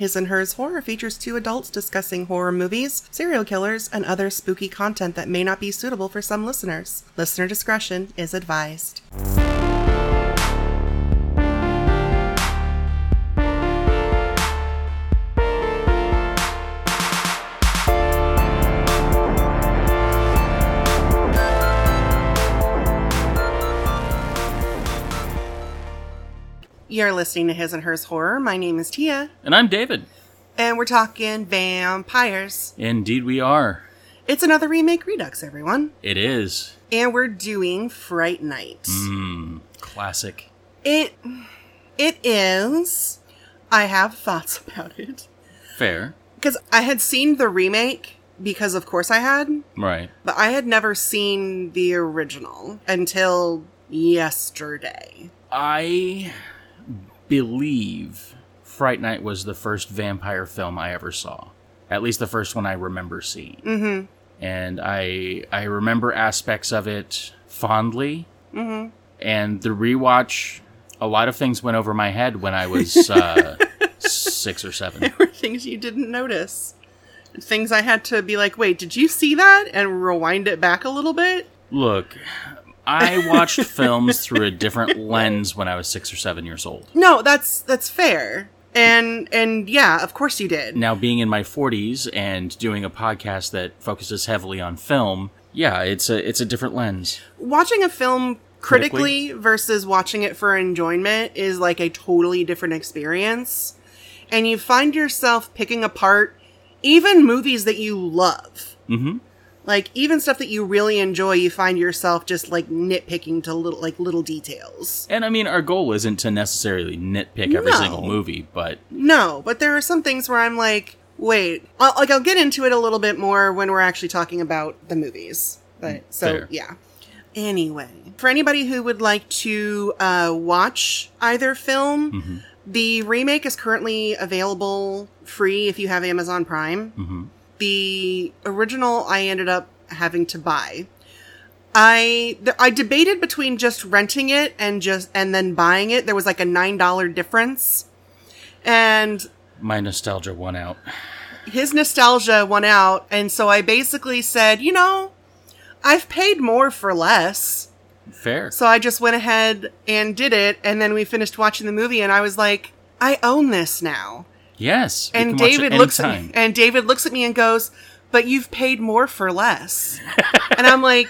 His and Hers Horror features two adults discussing horror movies, serial killers, and other spooky content that may not be suitable for some listeners. Listener discretion is advised. You're listening to His and Hers Horror. My name is Tia, And I'm David. and we're talking vampires. Indeed, we are. It's another remake redux, everyone. It is. And we're doing Fright Night. Mmm. Classic. It it is. I have thoughts about it Fair. because I had seen the remake because of course I had, Right. but I had never seen the original until yesterday. I believe Fright Night was the first vampire film I ever saw. At least the first one I remember seeing. Mhm. And I I remember aspects of it fondly. Mhm. And the rewatch, a lot of things went over my head when I was uh, six or seven. There were things you didn't notice. Things I had to be like, "Wait, did you see that?" and rewind it back a little bit. Look, I watched films through a different lens when I was six or seven years old. No, that's that's fair. And and yeah, of course you did. Now, being in my 40s and doing a podcast that focuses heavily on film, yeah, it's a it's a different lens. watching a film critically, Critically? versus watching it for enjoyment is like a totally different experience. And you find yourself picking apart even movies that you love. hmm Like even stuff that you really enjoy, you find yourself just like nitpicking to little like little details. And I mean, our goal isn't to necessarily nitpick every No. single movie, but No, but there are some things where I'm like, wait, I'll, like I'll get into it a little bit more when we're actually talking about the movies. But so Fair. yeah. Anyway, for anybody who would like to uh, watch either film, Mhm. the remake is currently available free if you have Amazon Prime. mhm. The original I ended up having to buy. I th- I debated between just renting it and just and then buying it. There was like a nine dollar difference, and my nostalgia won out. his nostalgia won out, and so I basically said, you know, I've paid more for less. Fair. So I just went ahead and did it, and then we finished watching the movie, and I was like, I own this now. Yes. we and can watch it David looks at me, anytime. and David looks at me and goes, "But you've paid more for less," and I'm like,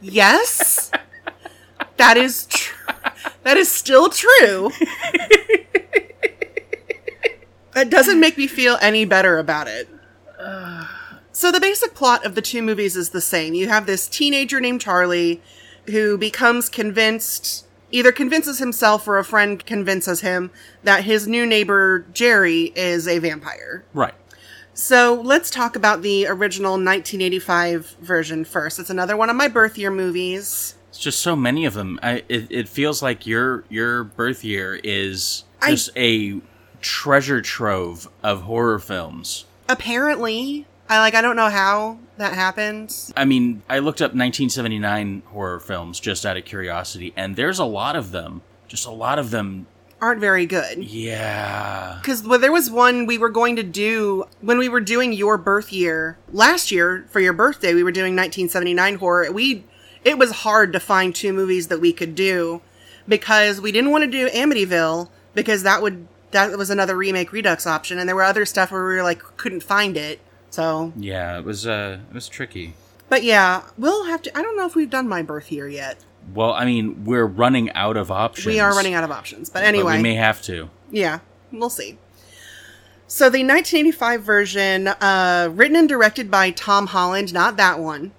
"Yes, that is true. That is still true." That doesn't make me feel any better about it. So the basic plot of the two movies is the same. You have this teenager named Charlie who becomes convinced, either convinces himself or a friend convinces him that his new neighbor Jerry is a vampire. Right. So let's talk about the original 1985 version first. It's another one of my birth year movies. It's just so many of them. I, it, it feels like your your birth year is I- just a treasure trove of horror films. Apparently, I like I don't know how that happened. I mean, I looked up 1979 horror films just out of curiosity, and there's a lot of them. Just a lot of them. Aren't very good. Yeah. Because well, there was one we were going to do when we were doing your birth year last year for your birthday. We were doing 1979 horror. We it was hard to find two movies that we could do because we didn't want to do Amityville because that would that was another remake redux option, and there were other stuff where we were like couldn't find it. So, Yeah, it was uh it was tricky. but yeah, we'll have to. I don't know if we've done my birth year yet. Well, I mean, we're running out of options. We are running out of options, but but anyway, we may have to. Yeah, we'll see. So the 1985 version, uh, written and directed by Tom Holland, not that one,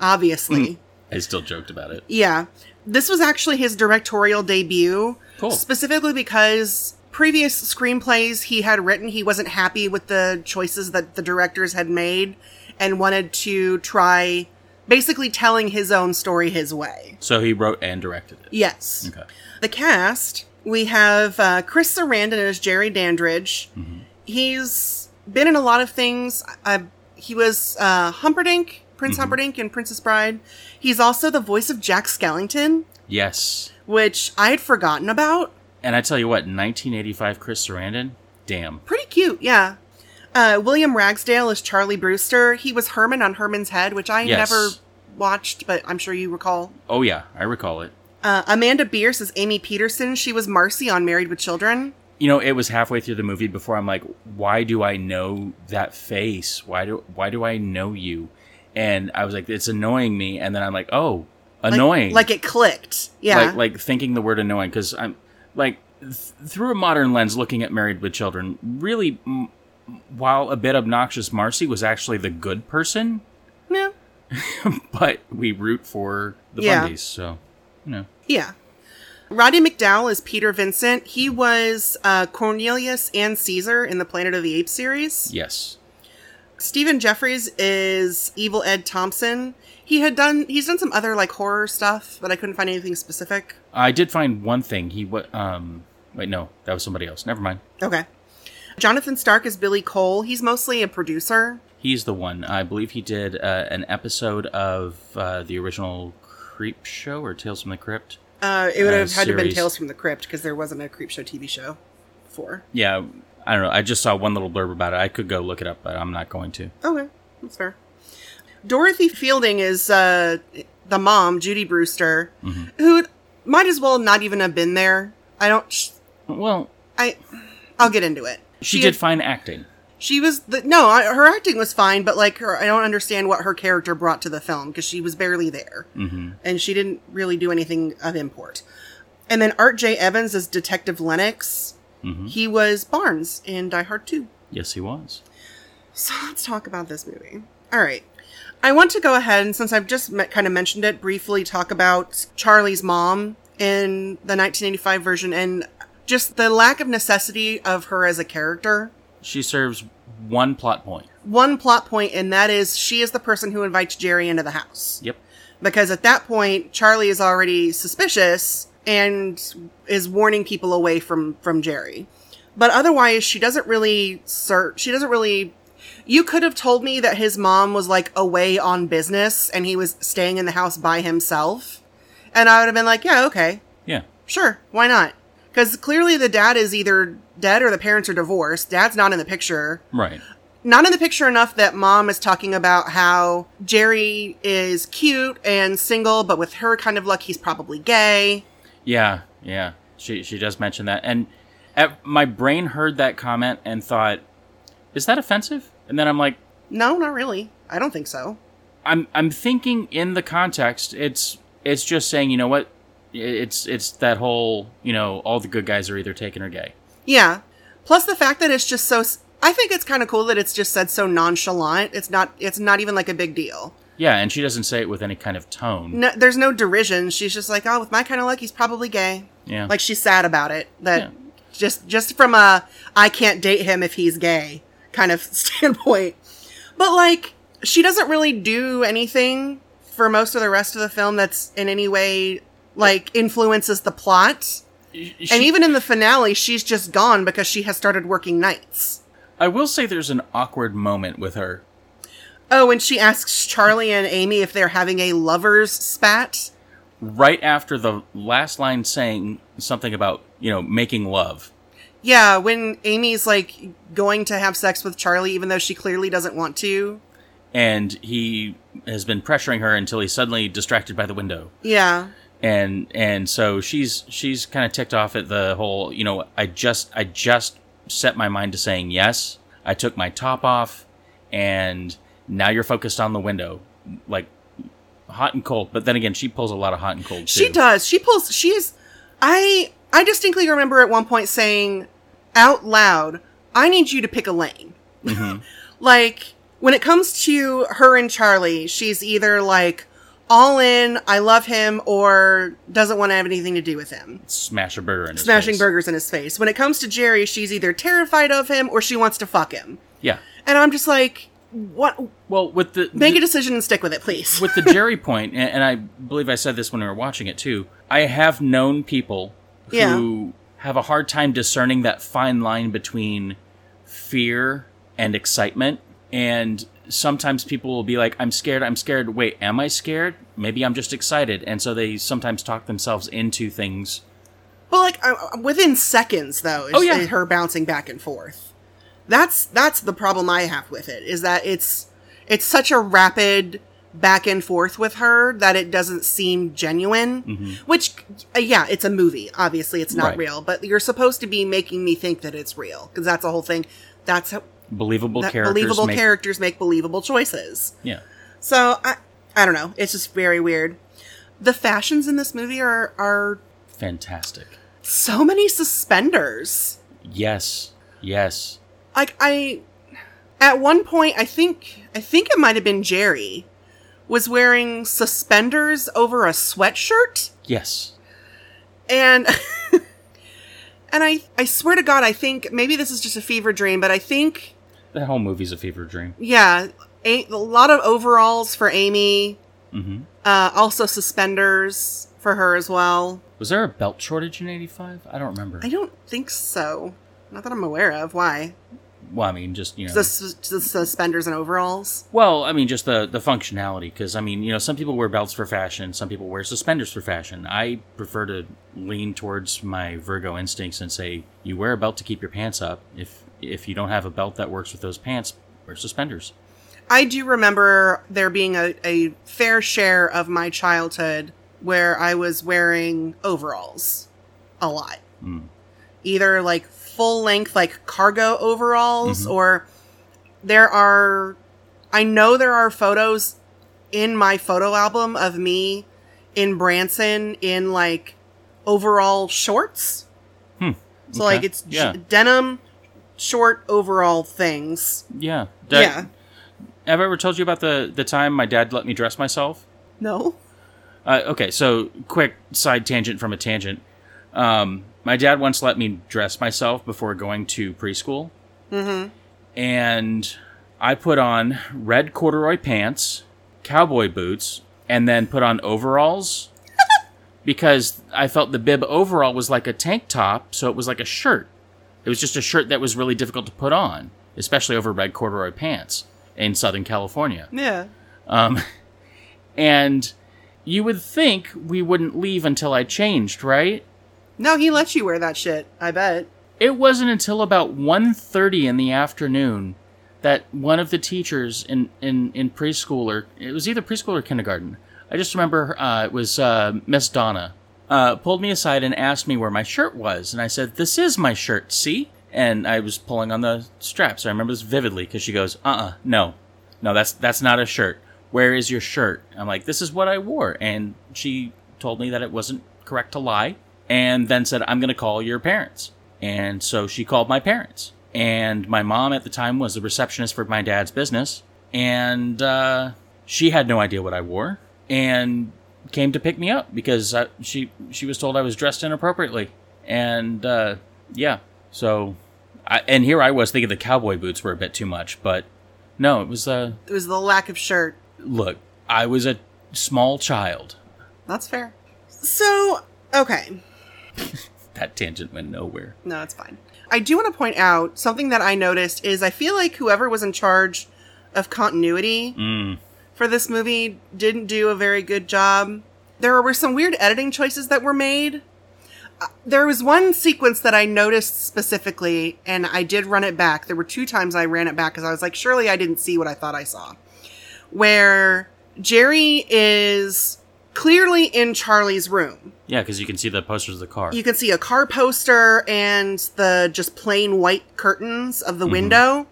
obviously. I still joked about it. yeah, this was actually his directorial debut, Cool. specifically because previous screenplays he had written, he wasn't happy with the choices that the directors had made, and wanted to try basically telling his own story his way. So he wrote and directed it. Yes. Okay. The cast we have uh, Chris Sarandon as Jerry Dandridge. Mm-hmm. He's been in a lot of things. Uh, he was uh, Humperdinck, Prince Mm-hmm. Humperdinck, and Princess Bride. He's also the voice of Jack Skellington, Yes. which I had forgotten about. And I tell you what, 1985 Chris Sarandon, damn. Pretty cute, yeah. Uh, William Ragsdale is Charlie Brewster. He was Herman on Herman's Head, which I Yes. never watched, but I'm sure you recall. Oh yeah, I recall it. Uh, Amanda Bierce is Amy Peterson. She was Marcy on Married with Children. You know, it was halfway through the movie before I'm like, why do I know that face? Why do why do I know you? And I was like, it's annoying me. And then I'm like, oh, Like- annoying. Like, it clicked. Yeah. like like thinking the word annoying because I'm like th- through a modern lens looking at Married with Children. Really, m- while a bit obnoxious, Marcy was actually the good person, yeah. but we root for the Yeah. Bundys, so you know. Yeah. Roddy McDowell is Peter Vincent. He was uh, Cornelius and Caesar in the Planet of the Apes series. Yes, Stephen Jeffries is Evil Ed Thompson. He had done he's done some other like horror stuff, but I couldn't find anything specific. I did find one thing. He what? Um, wait, no, that was somebody else. Never mind. Okay. Jonathan Stark is Billy Cole. He's mostly a producer. He's the one. I believe he did uh, an episode of uh, the original Creep Show or Tales from the Crypt. Uh, it would Uh, have had to been series. Tales from the Crypt because there wasn't a Creepshow TV show before. Yeah, I don't know. I just saw one little blurb about it. I could go look it up, but I'm not going to. Okay, that's fair. Dorothy Fielding is uh, the mom, Judy Brewster, Mhm. who might as well not even have been there. I don't. Sh- Well, I. I'll get into it. she, had- did fine acting. She was the no. I, her acting was fine, but like her, I don't understand what her character brought to the film because she was barely there hmm and she didn't really do anything of import. And then Art J. Evans is Detective Lennox. hmm He was Barnes in Die Hard Two. Yes, he was. So let's talk about this movie. All right. I want to go ahead and since I've just me- kind of mentioned it briefly, talk about Charlie's mom in the 1985 version and just the lack of necessity of her as a character. She serves one plot point. One plot point, and that is she is the person who invites Jerry into the house. Yep. Because at that point, Charlie is already suspicious and is warning people away from from Jerry. But otherwise, she doesn't really search. She doesn't really. You could have told me that his mom was like away on business and he was staying in the house by himself, and I would have been like, yeah, okay, Yeah. sure, why not? Because clearly the dad is either dead or the parents are divorced. Dad's not in the picture Right. not in the picture enough that mom is talking about how Jerry is cute and single, but with her kind of luck, he's probably gay. Yeah. Yeah. She she does mention that, and at, my brain heard that comment and thought, "Is that offensive?" And then I'm like, No, not really. I don't think so. I'm I'm thinking in the context, it's it's just saying, you know what, it's it's that whole, you know, all the good guys are either taken or gay. Yeah. Plus the fact that it's just so. s- I think it's kind of cool that it's just said so nonchalant. It's not. It's not even like a big deal. Yeah, and she doesn't say it with any kind of tone. No, there's no derision. She's just like, oh, with my kind of luck, he's probably gay. Yeah, Like she's sad about it. That Yeah. just just from a I can't date him if he's gay kind of standpoint. But like she doesn't really do anything for most of the rest of the film that's in any way like influences the plot. She- and even in the finale, she's just gone because she has started working nights. I will say there's an awkward moment with her. Oh, and she asks Charlie and Amy if they're having a lovers spat. right after the last line saying something about you know making love Yeah, when Amy's like going to have sex with Charlie even though she clearly doesn't want to. and he has been pressuring her until he's suddenly distracted by the window Yeah. and and so she's she's kind of ticked off at the whole you know i just i just set my mind to saying yes i took my top off and now you're focused on the window like hot and cold but then again she pulls a lot of hot and cold too. She does. She pulls. She is. I I distinctly remember at one point saying out loud, "I need you to pick a lane." Mhm. Like when it comes to her and Charlie, she's either like all in, I love him, or doesn't want to have anything to do with him. smash a burger in his Smashing face. burgers in his face. When it comes to Jerry, she's either terrified of him or she wants to fuck him. yeah And I'm just like, what? well with the Make a decision and stick with it, please. with the Jerry point, and, and I believe I said this when we were watching it too. I have known people who have a hard time discerning that fine line between fear and excitement, and sometimes people will be like, "I'm scared. I'm scared. Wait, am I scared? Maybe I'm just excited." And so they sometimes talk themselves into things But like uh, within seconds, though, is, Oh, yeah. is her bouncing back and forth. That's that's the problem I have with it is that it's it's such a rapid back and forth with her that it doesn't seem genuine. Mhm. Which, uh, yeah, it's a movie. Obviously, it's not Right. real, but you're supposed to be making me think that it's real because that's the whole thing. That's how Believable that characters believable make characters make believable choices. yeah. So I, I don't know. It's just very weird. The fashions in this movie are are Fantastic. so many suspenders. Yes. Yes. Like I, at one point, I think I think it might have been Jerry, was wearing suspenders over a sweatshirt, Yes. and and I I swear to God, I think maybe this is just a fever dream, but I think The whole movie's a fever dream. yeah, a, a lot of overalls for Amy, hmm uh, also suspenders for her as well. Was there a belt shortage in 85? I don't remember. I don't think so. Not that I'm aware of. Why? well, I mean, just, you know. The, sus- the suspenders and overalls. Well, I mean, just the the functionality, because I mean, you know, some people wear belts for fashion, some people wear suspenders for fashion. I prefer to lean towards my Virgo instincts and say, you wear a belt to keep your pants up. If if you don't have a belt that works with those pants, wear suspenders. I do remember there being a, a fair share of my childhood where I was wearing overalls a lot. Mm. Either like full length, like cargo overalls, Mhm. or there are, I know there are photos in my photo album of me in Branson in like overall shorts. Hmm. So, Okay. like, it's j- yeah, denim, short overall things. yeah, yeah. Have I ever told you about the the time my dad let me dress myself? No? Uh, okay, so quick side tangent from a tangent. Um, my dad once let me dress myself before going to preschool. Mm hmm. and I put on red corduroy pants, cowboy boots, and then put on overalls because I felt the bib overall was like a tank top, so it was like a shirt. It was just a shirt that was really difficult to put on, especially over red corduroy pants in Southern California. Yeah. Um, and you would think we wouldn't leave until I changed, right? No, he lets you wear that shit. I bet. It wasn't until about 1.30 in the afternoon that one of the teachers in, in, in preschool or it was either preschool or kindergarten. I just remember uh, it was uh, Miss Donna uh, pulled me aside and asked me where my shirt was, and I said, "This is my shirt, see." And I was pulling on the straps. I remember this vividly because she goes, "Uh, uh no, no, that's that's not a shirt. Where is your shirt?" I'm like, "This is what I wore," and she told me that it wasn't correct to lie, and then said, "I'm going to call your parents." And so she called my parents. And my mom at the time was the receptionist for my dad's business. And uh, she had no idea what I wore and came to pick me up because I, she she was told I was dressed inappropriately. And uh, yeah, so I, and here I was thinking the cowboy boots were a bit too much, but no, it was uh, It was the lack of shirt. look. I was a small child. That's fair. So, okay. That tangent went nowhere. No, it's fine. I do want to point out something that I noticed is I feel like whoever was in charge of continuity Mm. for this movie didn't do a very good job. There were some weird editing choices that were made. Uh, There was one sequence that I noticed specifically, and I did run it back. There were two times I ran it back because I was like, surely I didn't see what I thought I saw. Where Jerry is clearly in Charlie's room. Yeah, because you can see the posters of the car. You can see a car poster and the just plain white curtains of the Mhm. window.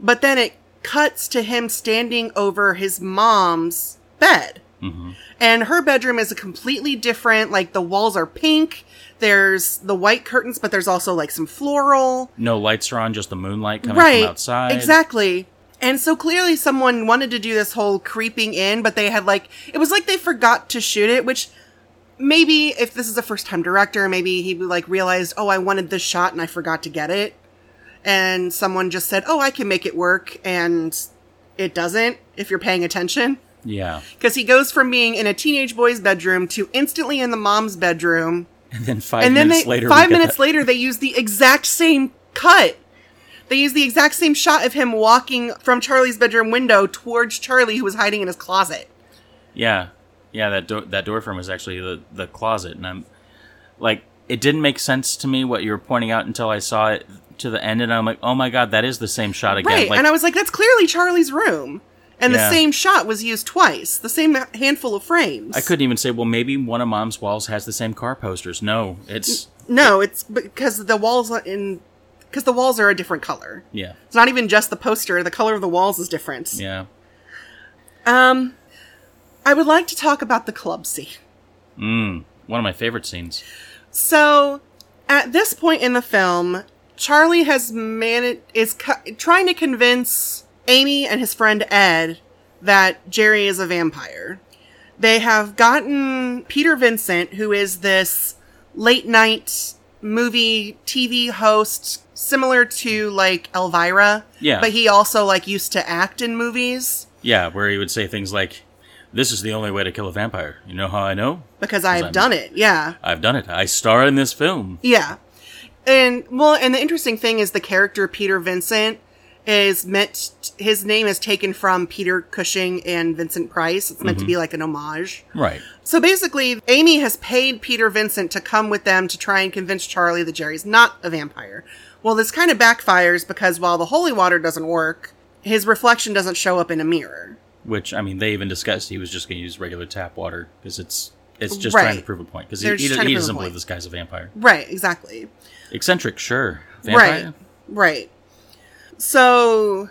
But then it cuts to him standing over his mom's bed. hmm And her bedroom is a completely different, like the walls are pink. There's the white curtains, but there's also like some floral. No lights are on, just the moonlight coming Right, from outside. Exactly. And so clearly someone wanted to do this whole creeping in, but they had like, it was like they forgot to shoot it, which maybe if this is a first time director, maybe he like realized, oh, I wanted this shot and I forgot to get it. And someone just said, oh, I can make it work. And it doesn't if you're paying attention. Yeah. Because he goes from being in a teenage boy's bedroom to instantly in the mom's bedroom. And then five and then minutes they, later, five we get minutes that- later, they use the exact same cut. They use the exact same shot of him walking from Charlie's bedroom window towards Charlie, who was hiding in his closet. Yeah, yeah. That door, that door frame was actually the the closet, and I'm like, it didn't make sense to me what you were pointing out until I saw it to the end, and I'm like, oh my god, that is the same shot again. Right. Like, and I was like, that's clearly Charlie's room. And Yeah. the same shot was used twice, the same handful of frames. I couldn't even say, well, maybe one of Mom's walls has the same car posters. No, it's No, it's because the walls are in because the walls are a different color. yeah, It's not even just the poster; the color of the walls is different. yeah. Um, I would like to talk about the club scene. Mm, one of my favorite scenes. So, at this point in the film, Charlie has man is cu- trying to convince Amy and his friend Ed that Jerry is a vampire. They have gotten Peter Vincent, who is this late night movie TV host similar to like Elvira, Yeah, but he also like used to act in movies yeah, where he would say things like, "This is the only way to kill a vampire." You know how I know? because I've I'm- done it. Yeah. I've done it. I star in this film. Yeah. And well, and the interesting thing is the character Peter Vincent is meant his name is taken from Peter Cushing and Vincent Price. It's meant to be like an homage. Right. So basically, Amy has paid Peter Vincent to come with them to try and convince Charlie that Jerry's not a vampire. Well, this kind of backfires because while the holy water doesn't work, his reflection doesn't show up in a mirror. Which I mean, they even discussed he was just going to use regular tap water because it's it's just Right. trying to prove a point because he, They're he, just do- trying to he prove a doesn't point. believe this guy's a vampire. Right, exactly. Eccentric, sure. Vampire. Right. Right. So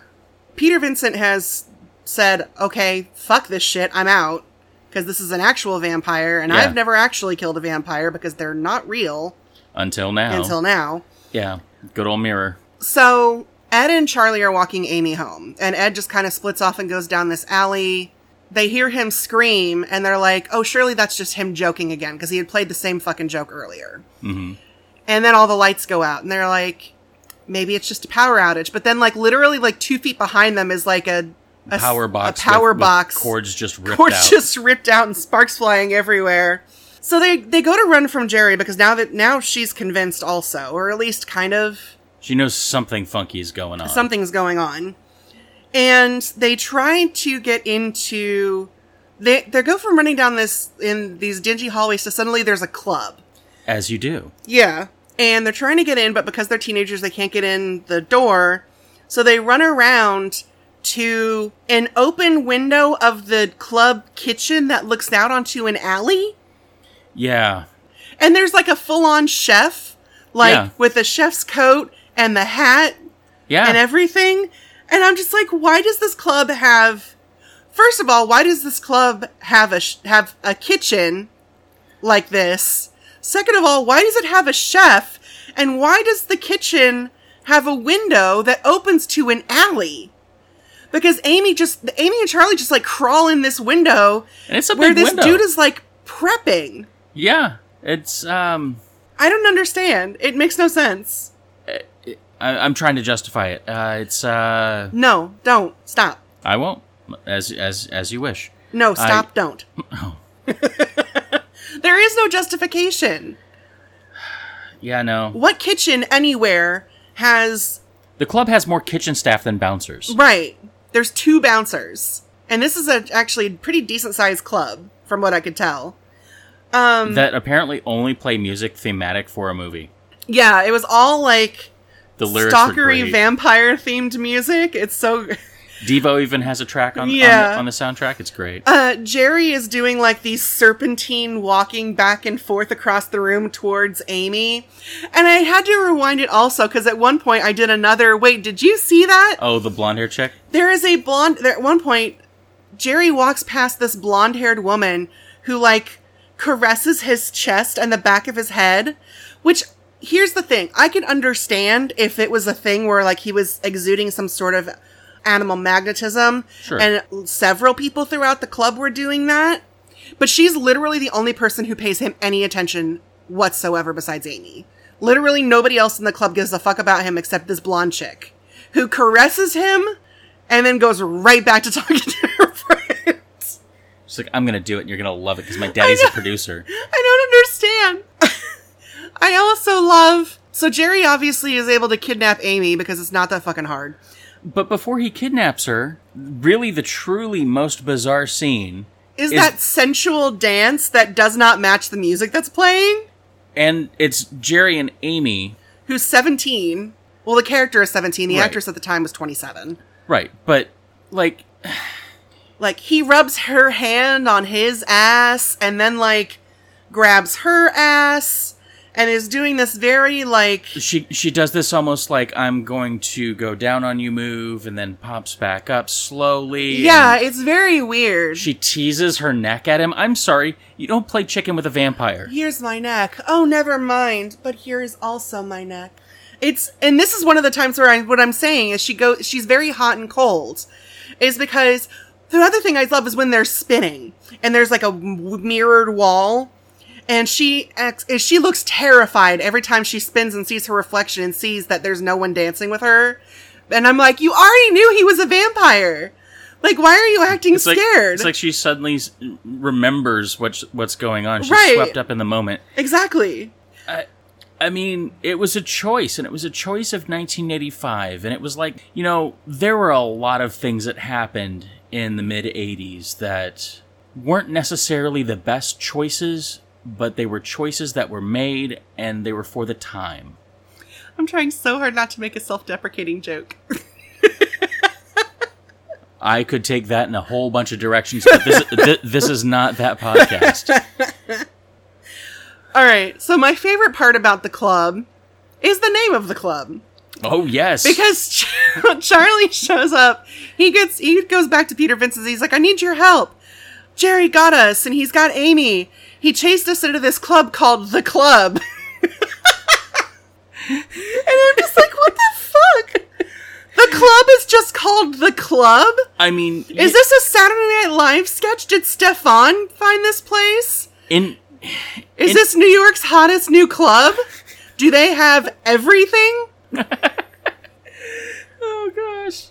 Peter Vincent has said, "Okay, fuck this shit. I'm out because this is an actual vampire and Yeah. I've never actually killed a vampire because they're not real Until now. until now." yeah. Good old mirror. So Ed and Charlie are walking Amy home and Ed just kind of splits off and goes down this alley. They hear him scream and they're like, "Oh, surely that's just him joking again because he had played the same fucking joke earlier." hmm And then all the lights go out, and they're like, maybe it's just a power outage. But then, like, literally, like two feet behind them is like a, a s- Power box. a power with- with box, cords just ripped cords out. just ripped out, and sparks flying everywhere. So they they go to run from Jerry because now that now she's convinced also, or at least kind of She knows something funky is going on. something's going on. And they try to get into they they go from running down this in these dingy hallways to suddenly there's a club. As you do. Yeah. And they're trying to get in, but because they're teenagers, they can't get in the door. So they run around to an open window of the club kitchen that looks out onto an alley. Yeah. And there's like a full on chef, like Yeah. with the chef's coat and the hat Yeah. and uh, everything. And I'm just like, why does this club have, first of all, why does this club have a, sh- have a kitchen like this? Second of all, why does it have a chef? And why does the kitchen have a window that opens to an alley? Because Amy just, Amy and Charlie just like crawl in this window And it's a where big this window. dude is like prepping. yeah. It's um. I don't understand. It makes no sense. I, I'm trying to justify it. Uh, it's uh. No, don't. Stop. I won't. As as as you wish. No, stop, don't. Oh. There is no justification. Yeah. No. What kitchen anywhere has The club has more kitchen staff than bouncers. right? There's two bouncers, and this is a actually pretty decent sized club, from what I could tell. Um, that apparently only play music thematic for a movie. yeah, it was all like The lyrics are stalkery great. vampire themed music. It's so Devo even has a track on, on the- Yeah. on, the, soundtrack. It's great. uh, Jerry is doing like these serpentine walking back and forth across the room towards Amy, and I had to rewind it also because at one point I did another. Wait, did you see that? Oh, the blonde hair chick. there is a blonde there at one point jerry walks past this blonde haired woman who like caresses his chest and the back of his head which here's the thing i could understand if it was a thing where like he was exuding some sort of animal magnetism Sure. and several people throughout the club were doing that but she's literally the only person who pays him any attention whatsoever besides Amy. Literally nobody else in the club gives a fuck about him except this blonde chick who caresses him and then goes right back to talking to her friend. She's like, I'm gonna do it. and You're gonna love it because my daddy's a producer. I don't understand. I also love. So Jerry obviously is able to kidnap Amy because it's not that fucking hard. But before he kidnaps her, really the truly most bizarre scene Is, Is- that sensual dance that does not match the music that's playing? and it's Jerry and Amy, Who's 17? Well, the character is 17. The Right. actress at the time was 27. right? But like, Like, he rubs her hand on his ass and then, like, grabs her ass and is doing this very, like, she she does this almost like I'm going to go down on you move, and then pops back up slowly. yeah, and it's very weird. she teases her neck at him. I'm sorry, you don't play chicken with a vampire. Here's my neck. Oh, never mind. But here is also my neck. It's and this is one of the times where I what I'm saying is she go she's very hot and cold, is because the other thing I love is when they're spinning and there's like a w- mirrored wall, and she acts is she looks terrified every time she spins and sees her reflection and sees that there's no one dancing with her, and I'm like, you already knew he was a vampire, like why are you acting It's like, scared? it's like she suddenly s- remembers what's what's going on. She's Right. swept up in the moment. exactly. I mean, it was a choice, and it was a choice of 1985. And it was like, you know, there were a lot of things that happened in the mid 80s that weren't necessarily the best choices, but they were choices that were made and they were for the time. I'm trying so hard not to make a self-deprecating joke. I could take that in a whole bunch of directions, but this, th- this is not that podcast. All right. So my favorite part about the club is the name of the club Oh, yes. because Char- Charlie shows up. He gets he goes back to Peter Vincent. He's like, "I need your help. Jerry got us, and he's got Amy. He chased us into this club called the Club." and I'm just like, "What the fuck? The club is just called the Club." I mean, Is this a Saturday Night Live sketch? Did Stefan find this place? in Is In- this New York's hottest new club? Do they have everything? Oh gosh.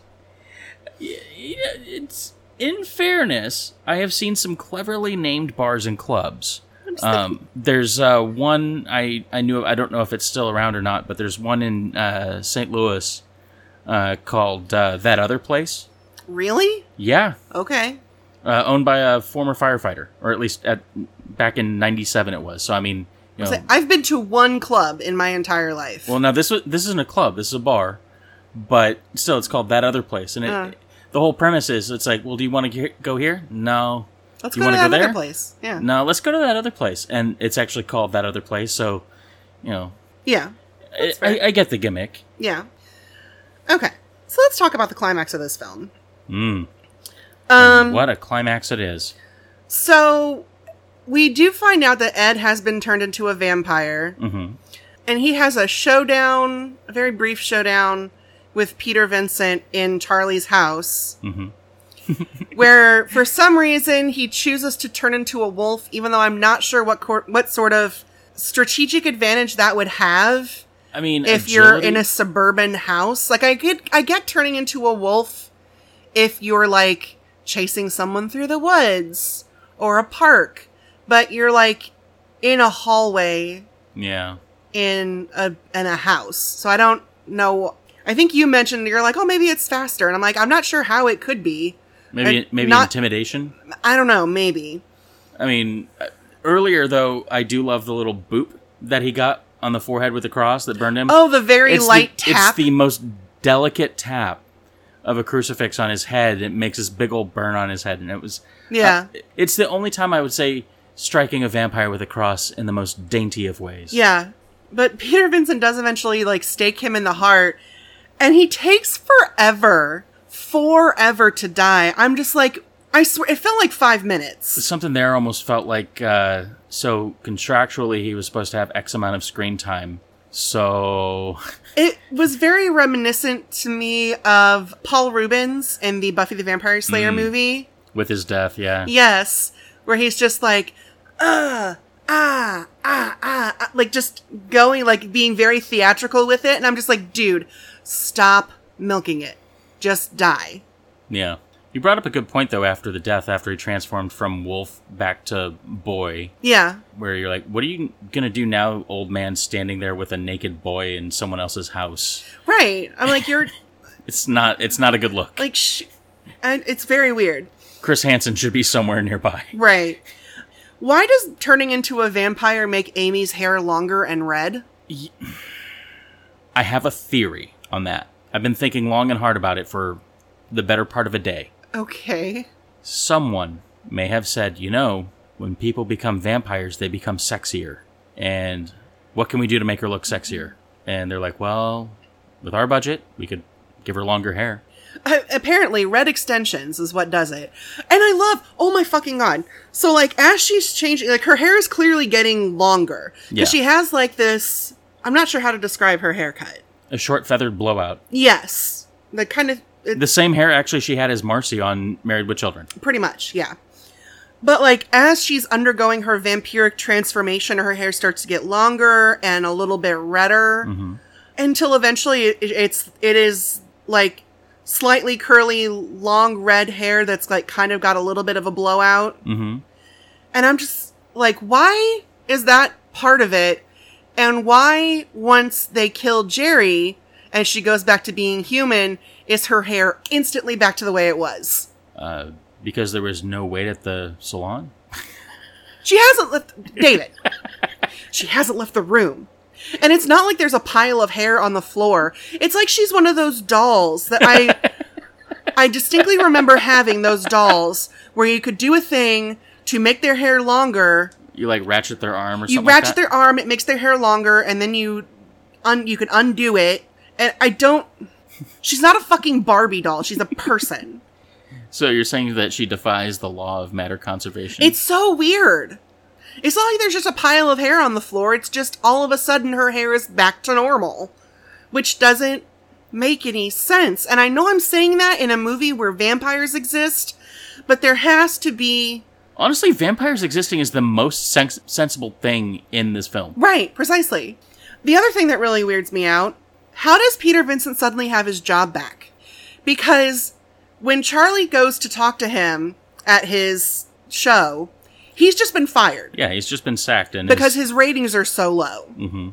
Y- yeah, It's in fairness, I have seen some cleverly named bars and clubs. Um, there's uh, one I I knew of- I don't know if it's still around or not, but there's one in uh, St. Louis uh, called uh, that other place. Really? Yeah, Okay. uh, owned by a former firefighter, or at least at back in '97 it was. So I mean, you know, So I've been to one club in my entire life. Well, now this was this isn't a club. This is a bar, but still, it's called that other place. And it, Uh. the whole premise is it's like, well, do you want to go here? No. Let's you go to that wanna go other there? place. Yeah. No, let's go to that other place. And it's actually called that other place. So, you know, Yeah. I, fair. I, I get the gimmick. Yeah. Okay. So let's talk about the climax of this film. Mm, Um what a climax it is. so we do find out that Ed has been turned into a vampire. hmm and he has a showdown, a very brief showdown with Peter Vincent in Charlie's house, Mhm. where for some reason he chooses to turn into a wolf, even though I'm not sure what cor- what sort of strategic advantage that would have I mean, if you're agility- in a suburban house. Like I get, I get turning into a wolf if you're like chasing someone through the woods or a park, but you're like in a hallway yeah. in a in a house. So I don't know. I think you mentioned you're like, oh, maybe it's faster, and I'm like, I'm not sure how it could be. Maybe I- maybe Uh, not- intimidation. I don't know, maybe. I mean, uh, earlier though, I do love the little boop that he got on the forehead with the cross that burned him. Oh, the very light the, tap. It's the most delicate tap of a crucifix on his head. It makes this big old burn on his head, and it was yeah, uh, it's the only time I would say striking a vampire with a cross in the most dainty of ways. yeah. But Peter Vincent does eventually like stake him in the heart, and he takes forever, forever to die. I'm just like, I swear, it felt like five minutes. Something there almost felt like uh, so contractually he was supposed to have X amount of screen time. So It was very reminiscent to me of Paul Rubens in the Buffy the Vampire Mm. Slayer movie. with his death, yeah. Yes, where he's just like, uh, ah, ah, ah, ah, like just going, like being very theatrical with it. And I'm just like, dude, stop milking it. Just die. Yeah. You brought up a good point though after the death, after he transformed from wolf back to boy. Yeah. where you're like, what are you gonna do now, old man, standing there with a naked boy in someone else's house? Right. I'm like, you're It's not. It's not a good look. like, sh- and it's very weird. Chris Hansen should be somewhere nearby. Right. Why does turning into a vampire make Amy's hair longer and red? I have a theory on that. I've been thinking long and hard about it for the better part of a day. Okay. Someone may have said, you know, when people become vampires, they become sexier. And what can we do to make her look sexier? And they're like, well, with our budget, we could give her longer hair. Uh, apparently, red extensions is what does it. And I love, oh my fucking god. So, like, as she's changing, like, her hair is clearly getting longer. Because Yeah. she has, like, this I'm not sure how to describe her haircut. A short feathered blowout. Yes. The kind of, it, The same hair actually she had as Marcy on Married with Children. pretty much, yeah. But, like, as she's undergoing her vampiric transformation, her hair starts to get longer and a little bit redder. hmm until eventually it, it's it is like slightly curly long red hair that's like kind of got a little bit of a blowout hmm and i'm just like why is that part of it and why once they kill jerry and she goes back to being human is her hair instantly back to the way it was Uh, because there was no wait at the salon. she hasn't left david she hasn't left the room and it's not like there's a pile of hair on the floor it's like she's one of those dolls that i I distinctly remember having those dolls where you could do a thing to make their hair longer. You like ratchet their arm or You something. ratchet like that. their arm, it makes their hair longer, and then you un- you can undo it. And I don't. She's not a fucking Barbie doll. She's a person. So you're saying that she defies the law of matter conservation? it's so weird. It's not like there's just a pile of hair on the floor. It's just all of a sudden her hair is back to normal, which doesn't make any sense. And I know I'm saying that in a movie where vampires exist, but there has to be honestly vampires existing is the most sens- sensible thing in this film. Right, precisely. The other thing that really weirds me out how does Peter Vincent suddenly have his job back? Because when Charlie goes to talk to him at his show, he's just been fired Yeah, he's just been sacked and because his ratings are so low. hmm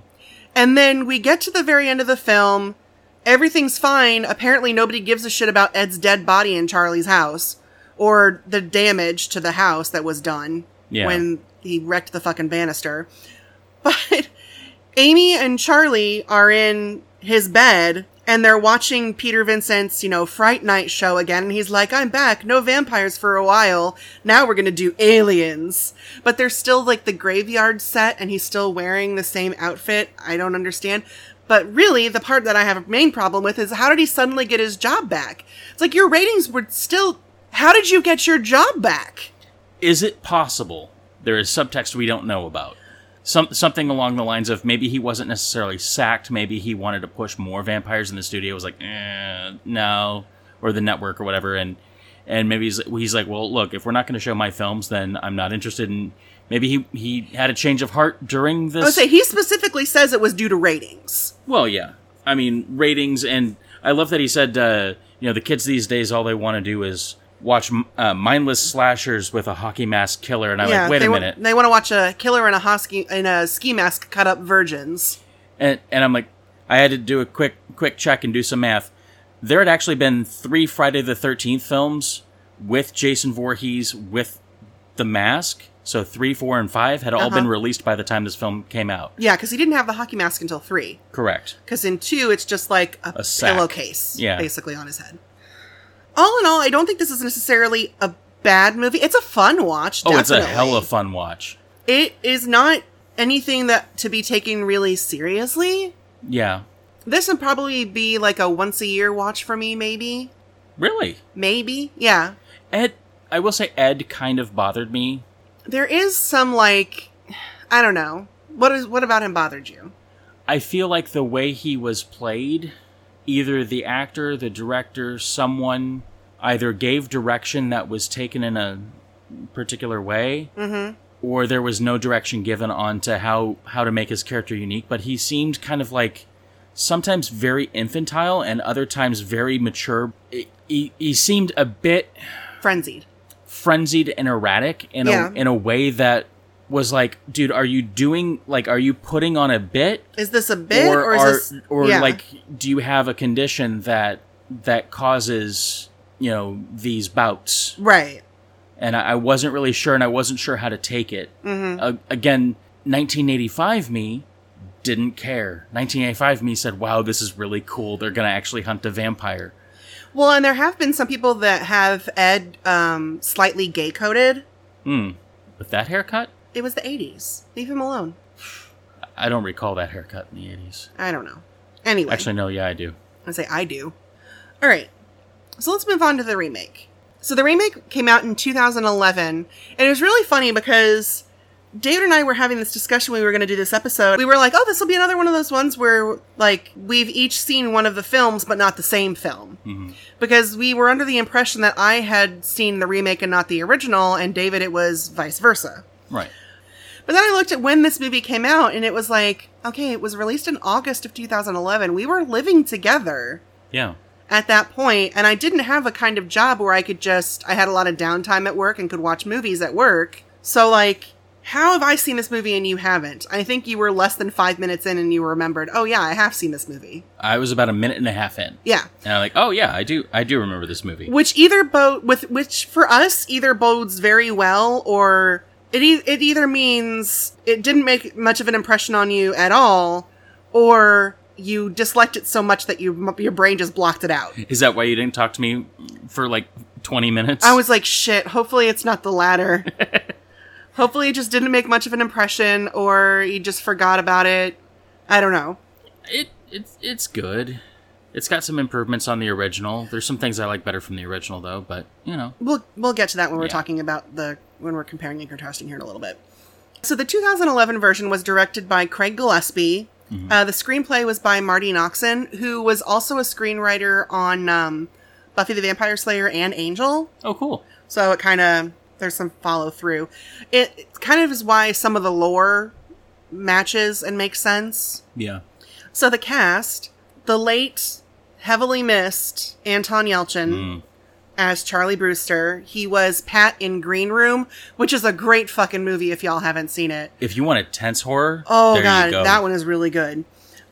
And then we get to the very end of the film. Everything's fine. Apparently, nobody gives a shit about Ed's dead body in Charlie's house or the damage to the house that was done Yeah. when he wrecked the fucking banister. But Amy and Charlie are in his bed and they're watching Peter Vincent's, you know, Fright Night show again. And he's like, I'm back. No vampires for a while. Now we're going to do aliens. But there's still like the graveyard set and he's still wearing the same outfit. I don't understand. But really, the part that I have a main problem with is how did he suddenly get his job back? It's like your ratings were still. How did you get your job back? is it possible there is subtext we don't know about? Some, something along the lines of maybe he wasn't necessarily sacked, maybe he wanted to push more vampires in the studio, was like, eh, no, or the network or whatever, and and maybe he's, he's like, well, look, if we're not going to show my films, then I'm not interested in. Maybe he he had a change of heart during I would this. say he specifically says it was due to ratings. Well, yeah. I mean, ratings, and I love that he said, uh, you know, the kids these days, all they want to do is watch m- uh, mindless slashers with a hockey mask killer, and I'm like, wait they a wa- minute, they want to watch a killer in a hosky in a ski mask cut up virgins. and and I'm like, I had to do a quick quick check and do some math. There had actually been three Friday the Thirteenth films with Jason Voorhees with the mask, so three, four, and five had all been Uh-huh. released by the time this film came out. Yeah, because he didn't have the hockey mask until three. Correct. Because in two, it's just like a, A sack. pillowcase, Yeah. basically on his head. All in all, I don't think this is necessarily a bad movie. It's a fun watch. Oh, it's a definitely. hell of fun watch. It is not anything that to be taken really seriously. Yeah. This would probably be like a once a year watch for me, maybe, Really. maybe, yeah. Ed, I will say Ed kind of bothered me. There is some like, I don't know. What is what about him bothered you? I feel like the way he was played, either the actor, the director, someone either gave direction that was taken in a particular way Mm-hmm. or there was no direction given on to how how to make his character unique, but he seemed kind of like sometimes very infantile and other times very mature. He- He, he seemed a bit Frenzied. frenzied and erratic in Yeah. a in a way that was like, dude, are you doing like are you putting on a bit Is this a bit or, is are- this or yeah. like do you have a condition that that causes you know these bouts right? and I, I wasn't really sure, and I wasn't sure how to take it. Mm-hmm. A- again, 1985 me didn't care. 1985 me said, "Wow, this is really cool. They're gonna actually hunt a vampire." Well, and there have been some people that have Ed um, slightly gay coded. Hmm. With that haircut, It was the 80s. Leave him alone. I don't recall that haircut in the 80s. I don't know. Anyway, Actually, no, yeah, I do. I say I do. All right. So let's move on to the remake. So the remake came out in 2011, and it was really funny because David and I were having this discussion when we were going to do this episode. We were like, "Oh, this will be another one of those ones where like we've each seen one of the films but not the same film." hmm Because we were under the impression that I had seen the remake and not the original, and David it was vice versa. Right. But then I looked at when this movie came out, and it was like, okay, it was released in August of 2011. We were living together Yeah. at that point and i didn't have a kind of job where i could just i had a lot of downtime at work and could watch movies at work so like how have i seen this movie and you haven't i think you were less than five minutes in and you remembered oh yeah i have seen this movie I was about a minute and a half in, yeah and I'm like, "Oh yeah, I do. I do remember this movie." which either bode with which for us either bodes very well or it, e- it either means it didn't make much of an impression on you at all or you disliked it so much that you, your brain just blocked it out Is that why you didn't talk to me for like 20 minutes? I was like, shit, hopefully it's not the latter. hopefully it just didn't make much of an impression or you just forgot about it. I don't know. It, it's it's good. It's got some improvements on the original. There's some things I like better from the original though, but you know. We'll we'll get to that when we're Yeah. talking about the when we're comparing and contrasting here in a little bit. So the 2011 version was directed by Craig Gillespie. Uh, the screenplay was by Marty Noxon, who was also a screenwriter on um, Buffy the Vampire Slayer and Angel. Oh, cool. So it kind of there's some follow through. It, it kind of is why some of the lore matches and makes sense. Yeah. So the cast, the late, heavily missed Anton Yelchin Mm. as Charlie Brewster. He was Pat in Green Room, which is a great fucking movie if y'all haven't seen it. If you want a tense horror, Oh there god, you go. that one is really good.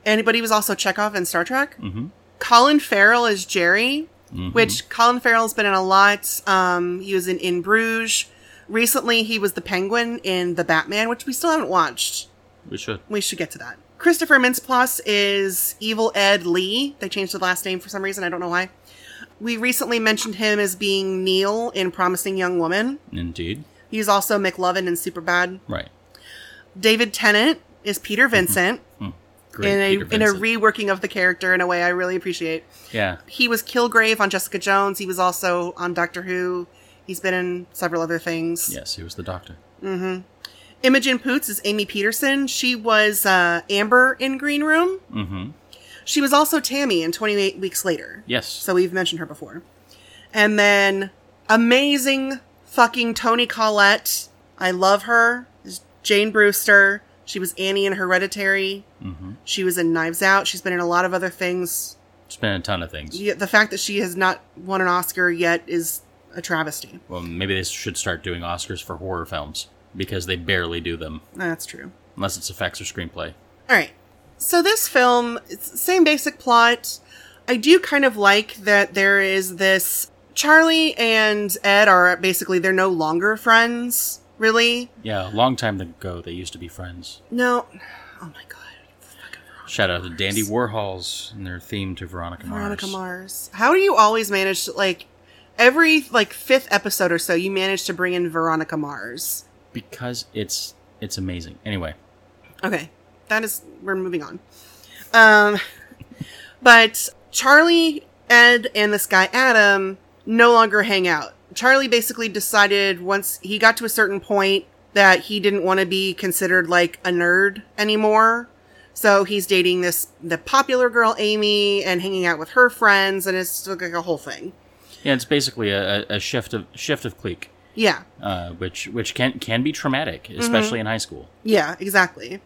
And but he was also Chekhov in Star Trek. Mhm. Colin Farrell is Jerry, Mhm. which Colin Farrell's been in a lot. Um, he was in In Bruges. Recently, he was the Penguin in The Batman, which we still haven't watched. we should. We should get to that. Christopher Mintz-Plasse is Evil Ed Lee. They changed the last name for some reason. I don't know why. We recently mentioned him as being Neil in Promising Young Woman. Indeed. He's also McLovin in Superbad. Right. David Tennant is Peter Vincent Mm-hmm. Great. in a Peter in a Vincent. reworking of the character in a way I really appreciate. yeah. He was Kilgrave on Jessica Jones. He was also on Doctor Who. He's been in several other things. Yes, he was the doctor. Imogen Poots is Amy Peterson. She was uh, Amber in Green Room. Mm-hmm. She was also Tammy in 28 Weeks Later. Yes. So we've mentioned her before. And then amazing fucking Tony Collette. I love her. Is Jane Brewster. She was Annie in Hereditary. mm-hmm. She was in Knives Out. She's been in a lot of other things. It's been a ton of things. Yet The fact that she has not won an Oscar yet is a travesty. Well, maybe they should start doing Oscars for horror films because they barely do them That's true. unless it's effects or screenplay. All right. So this film, it's the same basic plot. I do kind of like that there is this Charlie and Ed are basically they're no longer friends, really. Yeah, a long time ago they used to be friends. No. Oh my god. Shout out to Dandy Warhols and their theme to Veronica Mars. Veronica Mars. How do you always manage to like every like fifth episode or so you manage to bring in Veronica Mars? Because it's it's amazing. Anyway, Okay. That is we're moving on. Um but Charlie, Ed, and this guy Adam no longer hang out. Charlie basically decided once he got to a certain point that he didn't want to be considered like a nerd anymore. So he's dating this the popular girl Amy and hanging out with her friends and it's like a whole thing. yeah, it's basically a, a a shift of shift of clique, Yeah. uh, which which can can be traumatic, Mm-hmm. especially in high school. Yeah, exactly.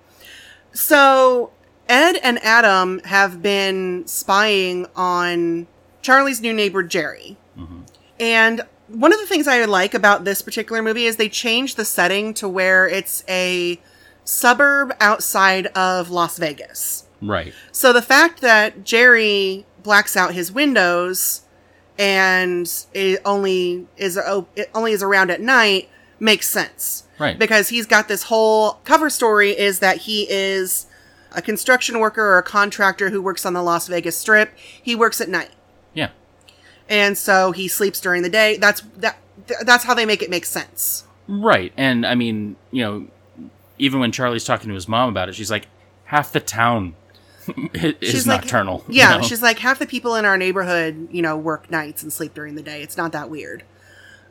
So Ed and Adam have been spying on Charlie's new neighbor, Jerry. Mhm. And one of the things I like about this particular movie is they changed the setting to where it's a suburb outside of Las Vegas. Right. So the fact that Jerry blacks out his windows and it only is o- it only is around at night makes sense Right. because he's got this whole cover story is that he is a construction worker or a contractor who works on the Las Vegas Strip. He works at night, yeah. and so he sleeps during the day. That's that. th- That's how they make it make sense. Right. And I mean, you know, even when Charlie's talking to his mom about it, she's like, half the town is She's like- nocturnal. you Yeah, know? she's like half the people in our neighborhood, you know, work nights and sleep during the day. It's not that weird.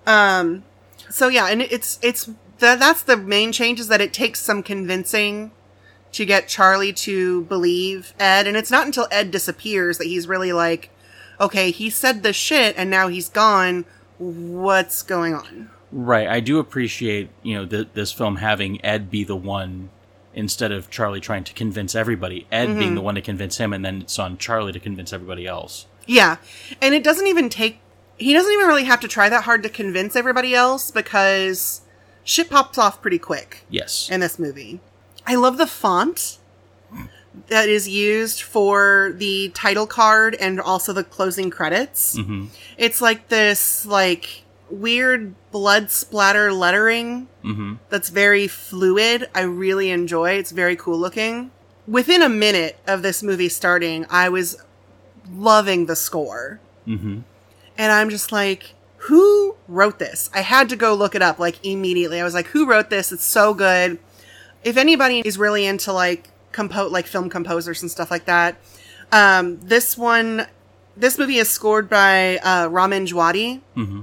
Um, so yeah, and it's it's the, that's the main change is that it takes some convincing to get Charlie to believe Ed, and it's not until Ed disappears that he's really like, okay, he said this shit, and now he's gone. What's going on? Right. I do appreciate, you know, th- this film having Ed be the one instead of Charlie trying to convince everybody, Ed Mm-hmm. being the one to convince him, and then it's on Charlie to convince everybody else. Yeah. And it doesn't even take he doesn't even really have to try that hard to convince everybody else because shit pops off pretty quick Yes. in this movie. I love the font that is used for the title card and also the closing credits. hmm It's like this like weird blood splatter lettering hmm that's very fluid. I really enjoy. It's very cool looking. Within a minute of this movie starting, I was loving the score. hmm And I'm just like, who wrote this? I had to go look it up like immediately. I was like, who wrote this? It's so good. If anybody is really into like compo like film composers and stuff like that, um, this one, this movie is scored by uh, Ramin Djawadi, hmm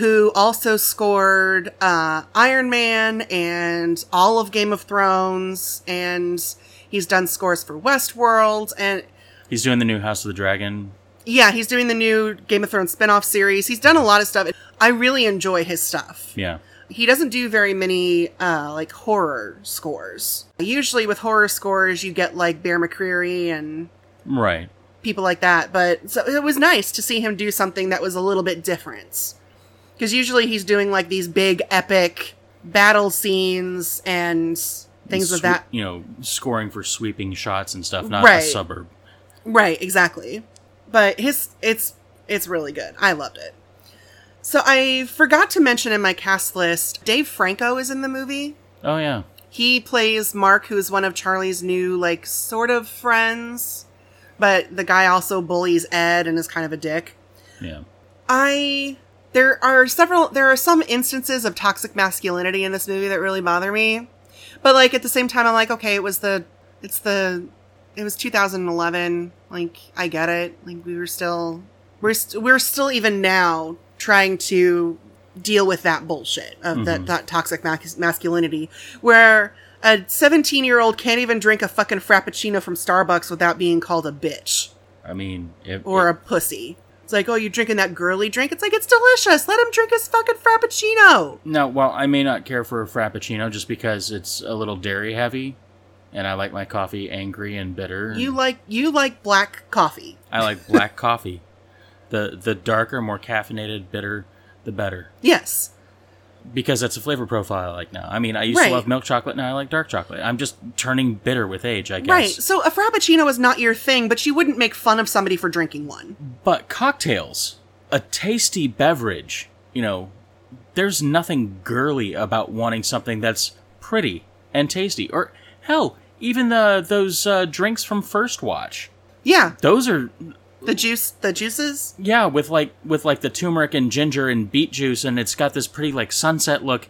who also scored uh, Iron Man and all of Game of Thrones, and he's done scores for Westworld and He's doing the new House of the Dragon. yeah, he's doing the new Game of Thrones spinoff series. He's done a lot of stuff. I really enjoy his stuff. Yeah. He doesn't do very many uh, like horror scores. Usually with horror scores, you get like Bear McCreary and Right. people like that. But so it was nice to see him do something that was a little bit different. Because usually he's doing like these big epic battle scenes and things of Swe- that You know, scoring for sweeping shots and stuff, not Right. a suburb. Right, exactly. But his it's it's really good. I loved it. So I forgot to mention in my cast list, Dave Franco is in the movie. Oh, yeah. He plays Mark, who is one of Charlie's new like sort of friends, but the guy also bullies Ed and is kind of a dick. Yeah. I there are several there are some instances of toxic masculinity in this movie that really bother me. But like at the same time I'm like, okay, it was the it's the it was 2011. Like I get it. Like we were still we're st- we're still even now trying to deal with that bullshit of that, Mhm. that toxic mas- masculinity where a 17-year-old can't even drink a fucking frappuccino from Starbucks without being called a bitch I mean, it, or it- a pussy. It's like, oh, you're drinking that girly drink. It's like it's delicious. Let him drink his fucking frappuccino. No, well, I may not care for a frappuccino just because it's a little dairy heavy, and I like my coffee angry and bitter. and You like you like black coffee. I like black coffee. The the darker, more caffeinated, bitter, the better. Yes. Because that's a flavor profile I like now. I mean, I used Right. to love milk chocolate, now I like dark chocolate. I'm just turning bitter with age, I guess. Right. So a frappuccino is not your thing, but you wouldn't make fun of somebody for drinking one. But cocktails, a tasty beverage, you know, there's nothing girly about wanting something that's pretty and tasty. Or hell, even the those uh, drinks from First Watch. Yeah. Those are The juice the juices. yeah, with like with like the turmeric and ginger and beet juice and it's got this pretty like sunset look.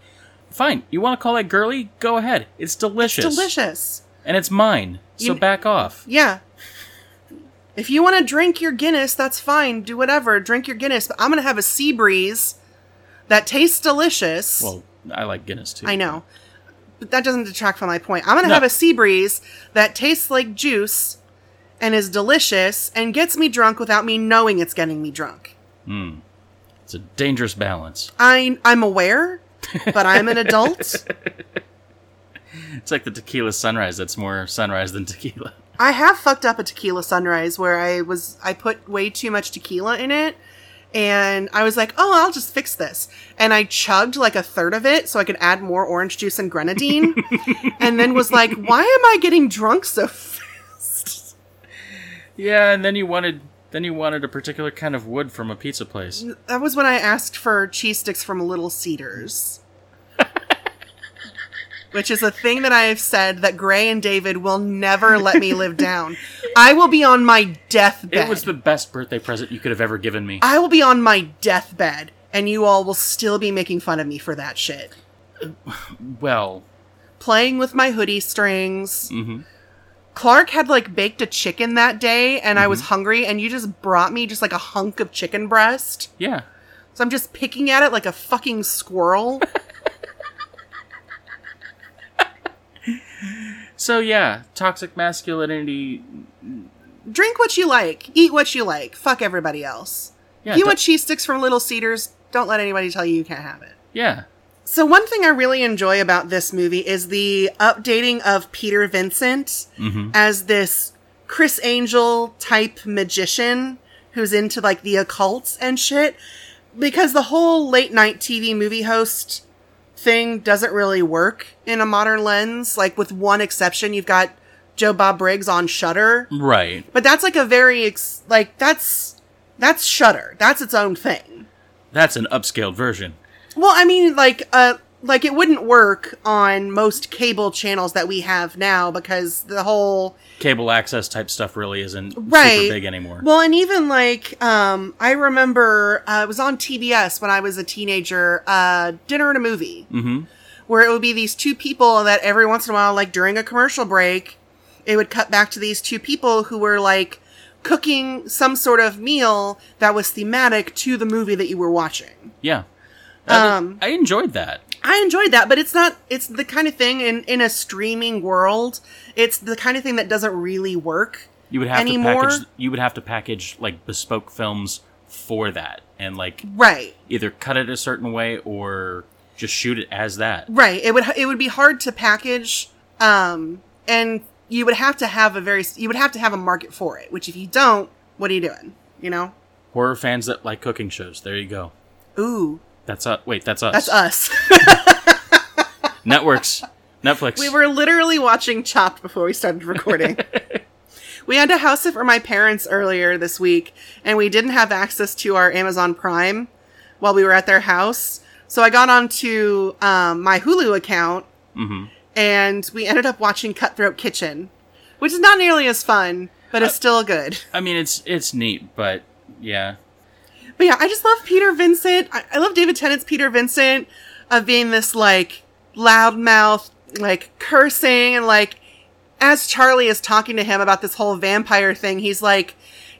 Fine, you want to call it girly? Go ahead. It's delicious. Delicious. And it's mine. You- So back off. Yeah. If you want to drink your Guinness, that's fine. Do whatever. Drink your Guinness, but I'm going to have a sea breeze that tastes delicious. Well, I like Guinness too. I know. But that doesn't detract from my point. I'm going to No. have a sea breeze that tastes like juice and is delicious and gets me drunk without me knowing it's getting me drunk. Mm. It's a dangerous balance. I, I'm aware, but I'm an adult. It's like the tequila sunrise that's more sunrise than tequila. I have fucked up a tequila sunrise where I was I put way too much tequila in it and I was like, "Oh, I'll just fix this." And I chugged like a third of it so I could add more orange juice and grenadine and then was like, "Why am I getting drunk so fast?" Yeah, and then you wanted Then you wanted a particular kind of wood from a pizza place. That was when I asked for cheese sticks from Little Cedars. Which is a thing that I have said that Gray and David will never let me live down. I will be on my deathbed. It was the best birthday present you could have ever given me. I will be on my deathbed, and you all will still be making fun of me for that shit. Well, Playing with my hoodie strings. hmm Clark had like baked a chicken that day, and I was Mm-hmm. hungry, and you just brought me just like a hunk of chicken breast. yeah. So I'm just picking at it like a fucking squirrel. So yeah, toxic masculinity. Drink what you like, eat what you like, fuck everybody else. Yeah, you do- want cheese sticks from Little Cedars? Don't let anybody tell you you can't have it. yeah, So one thing I really enjoy about this movie is the updating of Peter Vincent Mhm. as this Chris Angel type magician who's into like the occults and shit because the whole late night TV movie host thing doesn't really work in a modern lens like with one exception you've got Joe Bob Briggs on Shutter right. but that's like a very ex- like that's that's Shutter that's its own thing That's an upscaled version. well, I mean, like, uh, like it wouldn't work on most cable channels that we have now because the whole Cable access type stuff really isn't Right. super big anymore. well, and even like, um, I remember uh, it was on TBS when I was a teenager. Uh, Dinner and a Movie, hmm where it would be these two people that every once in a while, like during a commercial break, it would cut back to these two people who were like cooking some sort of meal that was thematic to the movie that you were watching. Yeah. I- Um, I enjoyed that. I enjoyed that, but it's not it's the kind of thing in in a streaming world, it's the kind of thing that doesn't really work. You would have anymore? to package. You would have to package like bespoke films for that, and like Right. either cut it a certain way or just shoot it as that. Right. It would it would be hard to package um and you would have to have a very you would have to have a market for it, which if you don't, what are you doing? You know? Horror fans that like cooking shows. There you go. Ooh, That's us. Wait, that's us. that's us. Networks. Netflix. we were literally watching Chopped before we started recording. we had to house it for my parents earlier this week, and we didn't have access to our Amazon Prime while we were at their house. So I got onto um, my Hulu account, Mhm. and we ended up watching Cutthroat Kitchen, which is not nearly as fun, but it's still good. I mean, it's it's neat, but yeah, But yeah, I just love Peter Vincent. I, I love David Tennant's Peter Vincent of being this like loudmouth, like cursing and like as Charlie is talking to him about this whole vampire thing, he's like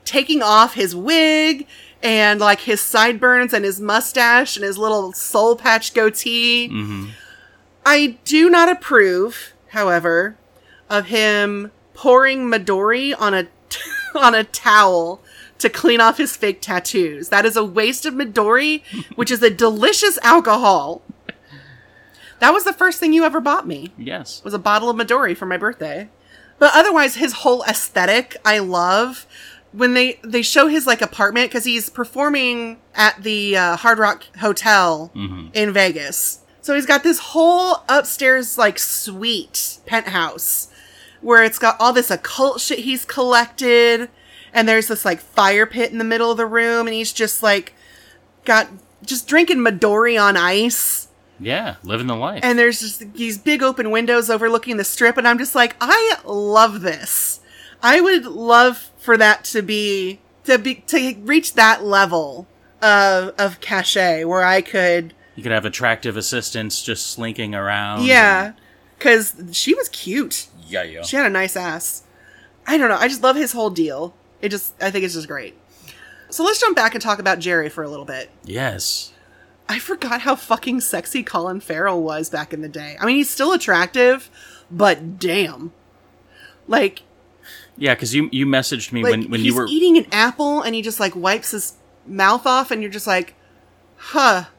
taking off his wig and like his sideburns and his mustache and his little soul patch goatee. hmm I do not approve, however, of him pouring Midori on a on a towel to clean off his fake tattoos. That is a waste of Midori, which is a delicious alcohol. That was the first thing you ever bought me yes, was a bottle of Midori for my birthday. But otherwise, his whole aesthetic I love. When they they show his like apartment because he's performing at the uh, Hard Rock Hotel hmm in Vegas. So he's got this whole upstairs like suite penthouse where it's got all this occult shit he's collected and there's this like fire pit in the middle of the room and he's just like got just drinking Midori on ice yeah, living the life. and there's just these big open windows overlooking the strip and I'm just like I love this. I would love for that to be to be to reach that level of of cachet where I could you could have attractive assistants just slinking around. Yeah. Because she was cute. and- yeah, yeah. She had a nice ass. I don't know. I just love his whole deal. It just, I think it's just great. So let's jump back and talk about Jerry for a little bit. Yes, I forgot how fucking sexy Colin Farrell was back in the day. I mean, he's still attractive, but damn. Like, yeah, because you you messaged me like when when he's you were eating an apple and he just like wipes his mouth off and you're just like, huh.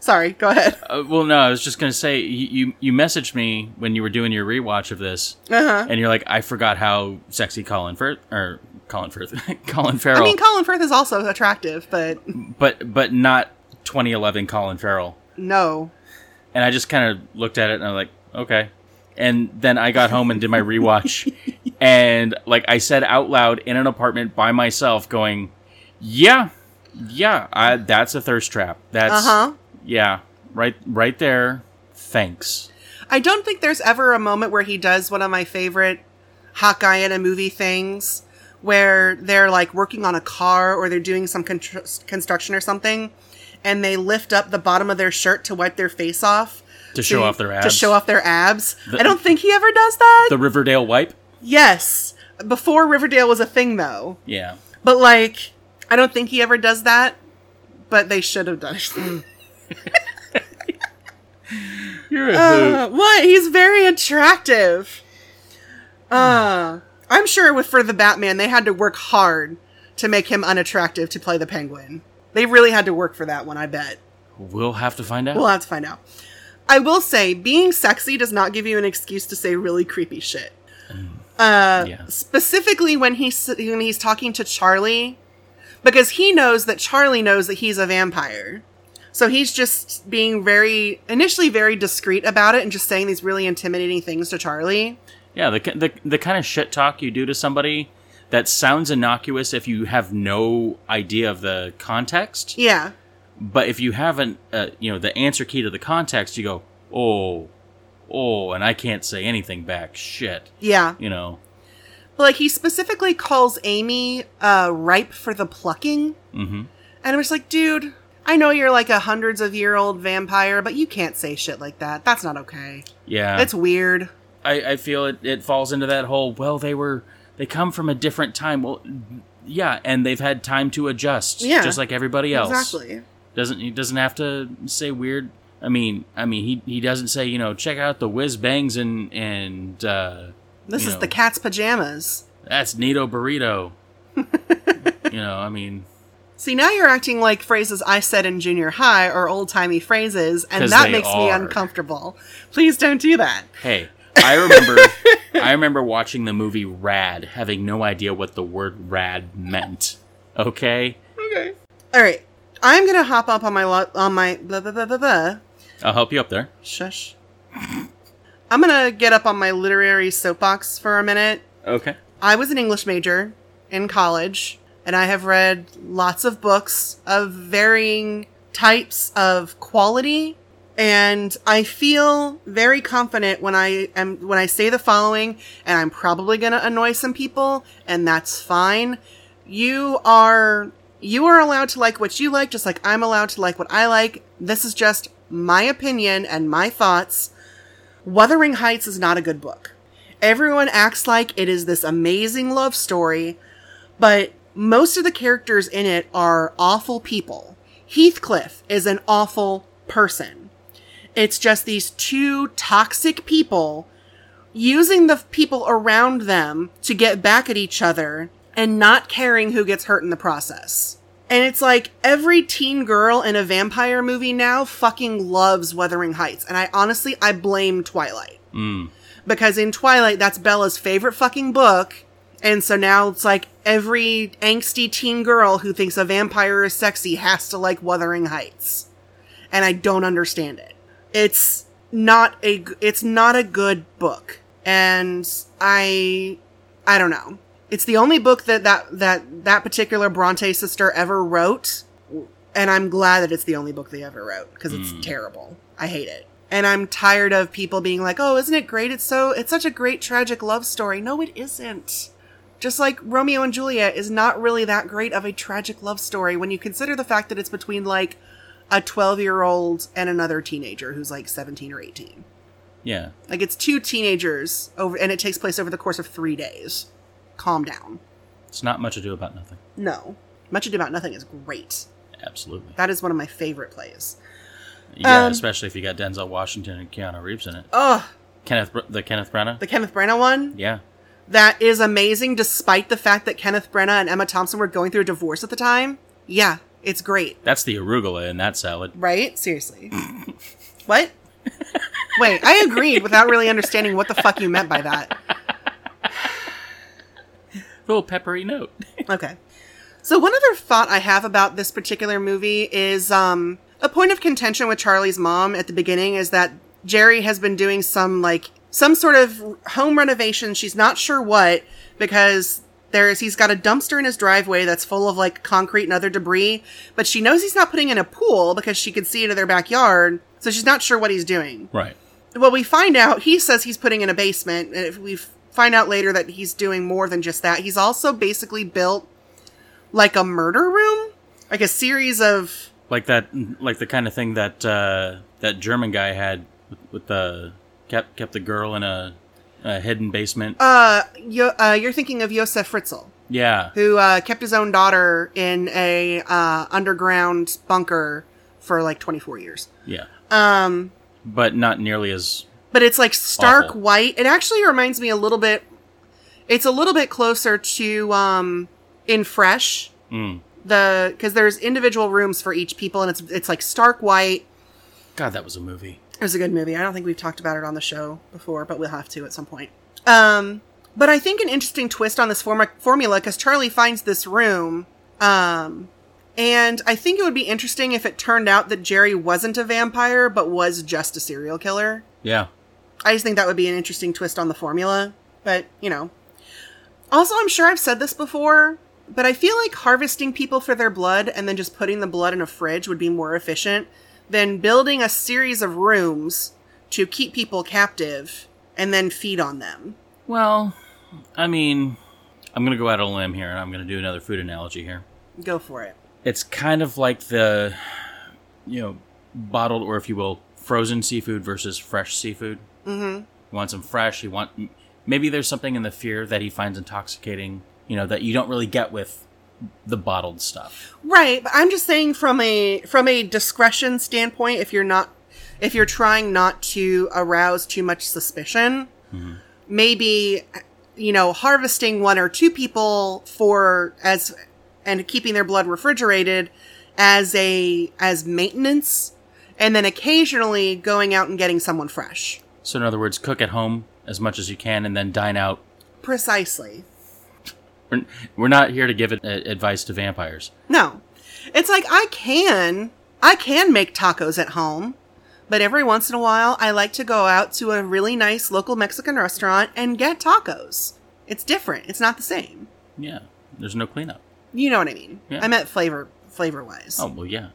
Sorry, go ahead. uh, well. No, I was just gonna say you, you you messaged me when you were doing your rewatch of this, Uh-huh. and you're like, I forgot how sexy Colin Firth or Colin Firth, Colin Farrell, I mean, Colin Firth is also attractive, but but but not 2011 Colin Farrell. no. And I just kind of looked at it and I'm like, okay, And then I got home and did my rewatch. and like I said out loud in an apartment by myself, going, Yeah, yeah, I, that's a thirst trap. That's, Uh huh. yeah, right, right there. Thanks. I don't think there's ever a moment where he does one of my favorite Hawkeye in a movie things where they're like working on a car or they're doing some contr- construction or something and they lift up the bottom of their shirt to wipe their face off To show off their to abs. show off their abs. The- I don't think he ever does that. The Riverdale wipe? yes. Before Riverdale was a thing though. Yeah. But like I don't think he ever does that, but they should have done it. You're a Uh, what? He's very attractive. Uh, I'm sure with for the Batman, they had to work hard to make him unattractive to play the Penguin. They really had to work for that one, I bet. We'll have to find out. We'll have to find out. I will say, being sexy does not give you an excuse to say really creepy shit. Uh, yeah. Specifically when he's when he's talking to Charlie, because he knows that Charlie knows that he's a vampire, so he's just being very initially very discreet about it and just saying these really intimidating things to Charlie. Yeah, the, ki- the the kind of shit talk you do to somebody that sounds innocuous if you have no idea of the context, Yeah, but if you haven't, uh, you know, the answer key to the context, you go, oh, oh, and I can't say anything back. Shit, yeah. you know. But like he specifically calls Amy uh, ripe for the plucking. Mm-hmm. And I'm just like, dude, I know you're like a hundreds of year old vampire, but you can't say shit like that. That's not okay. Yeah, That's weird. I, I feel it, it falls into that whole. Well, they were they come from a different time. Well, yeah, and they've had time to adjust. Yeah. just like everybody else. Exactly. doesn't he doesn't have to say weird i mean i mean he he doesn't say you know check out the whiz bangs and and uh This You is know. the cat's pajamas. that's neato burrito you know i mean See, now you're acting like phrases I said in junior high are old timey phrases, 'Cause and that they makes me are. uncomfortable. Please don't do that. hey i remember i remember watching the movie rad having no idea what the word rad meant okay Okay. All right. I'm gonna hop up on my lo- on my blah blah blah blah blah. i'll help you up there Shush. I'm gonna get up on my literary soapbox for a minute. okay I was an English major in college, and I have read lots of books of varying types of quality. And I feel very confident when I am when I say the following, and I'm probably going to annoy some people, and that's fine. You are you are allowed to like what you like, just like I'm allowed to like what I like. This is just my opinion and my thoughts. Wuthering Heights is not a good book. Everyone acts like it is this amazing love story, but most of the characters in it are awful people. Heathcliff is an awful person. It's just these two toxic people using the people around them to get back at each other and not caring who gets hurt in the process. And it's like every teen girl in a vampire movie now fucking loves Wuthering Heights. And I honestly, I blame Twilight mm. because in Twilight, that's Bella's favorite fucking book. And so now it's like every angsty teen girl who thinks a vampire is sexy has to like Wuthering Heights. And I don't understand it. It's not a g- it's not a good book. And I I don't know. It's the only book that that that that particular Bronte sister ever wrote, and I'm glad that it's the only book they ever wrote because it's Mm. terrible. I hate it, and I'm tired of people being like, "Oh, isn't it great? It's so it's such a great tragic love story." No, it isn't. Just like Romeo and Juliet is not really that great of a tragic love story when you consider the fact that it's between like a 12 year old and another teenager who's like 17 or 18. yeah Like it's two teenagers over, and it takes place over the course of three days. Calm down. it's not much ado about nothing No, Much Ado About Nothing is great. absolutely That is one of my favorite plays. yeah Um, especially if you got denzel washington and keanu reeves in it Oh, kenneth Br- the kenneth branagh the Kenneth Branagh one. yeah That is amazing, despite the fact that Kenneth Branagh and Emma Thompson were going through a divorce at the time. Yeah, it's great, that's the arugula in that salad right? Seriously. what? Wait, I agreed without really understanding what the fuck you meant by that. little peppery note. Okay. So one other thought I have about this particular movie is um, a point of contention with Charlie's mom at the beginning is that Jerry has been doing some like some sort of home renovation. She's not sure what because there's he's got a dumpster in his driveway that's full of like concrete and other debris, but she knows he's not putting in a pool because she could see into their backyard. So she's not sure what he's doing. Right. Well, we find out he says he's putting in a basement, and if we find out later that he's doing more than just that. He's also basically built like a murder room, like a series of Like that, like the kind of thing that uh, that German guy had with, with the kept kept the girl in a, a hidden basement. uh, yo- uh you're thinking of Josef Fritzl. yeah. who uh, kept his own daughter in a uh, underground bunker for like 24 years. Yeah. Um, But not nearly as but it's like stark Awful. white. It actually reminds me a little bit. It's a little bit closer to um, in Fresh mm. the because there's individual rooms for each people and it's it's like stark white. God, that was a movie. It was a good movie. I don't think we've talked about it on the show before, but we'll have to at some point. Um, but I think an interesting twist on this form- formula because Charlie finds this room, um, and I think it would be interesting if it turned out that Jerry wasn't a vampire but was just a serial killer. Yeah. I just think that would be an interesting twist on the formula. But you know, also I'm sure I've said this before, but I feel like harvesting people for their blood and then just putting the blood in a fridge would be more efficient than building a series of rooms to keep people captive and then feed on them. Well, I mean, I'm gonna go out on a limb here, and I'm gonna do another food analogy here. Go for it. It's kind of like the, you know, bottled or if you will, frozen seafood versus fresh seafood. Mm-hmm. You want some fresh. You want m- maybe there's something in the fear that he finds intoxicating. You know that you don't really get with the bottled stuff. Right, but I'm just saying from a from a discretion standpoint, if you're not if you're trying not to arouse too much suspicion, maybe you know harvesting one or two people for as and keeping their blood refrigerated as a as maintenance and then occasionally going out and getting someone fresh So in other words, cook at home as much as you can, and then dine out. precisely We're, we're not here to give it, uh, advice to vampires. no it's like i can i can make tacos at home but every once in a while i like to go out to a really nice local mexican restaurant and get tacos it's different it's not the same Yeah, there's no cleanup. you know what i mean Yeah. i meant flavor flavor wise Oh well, yeah,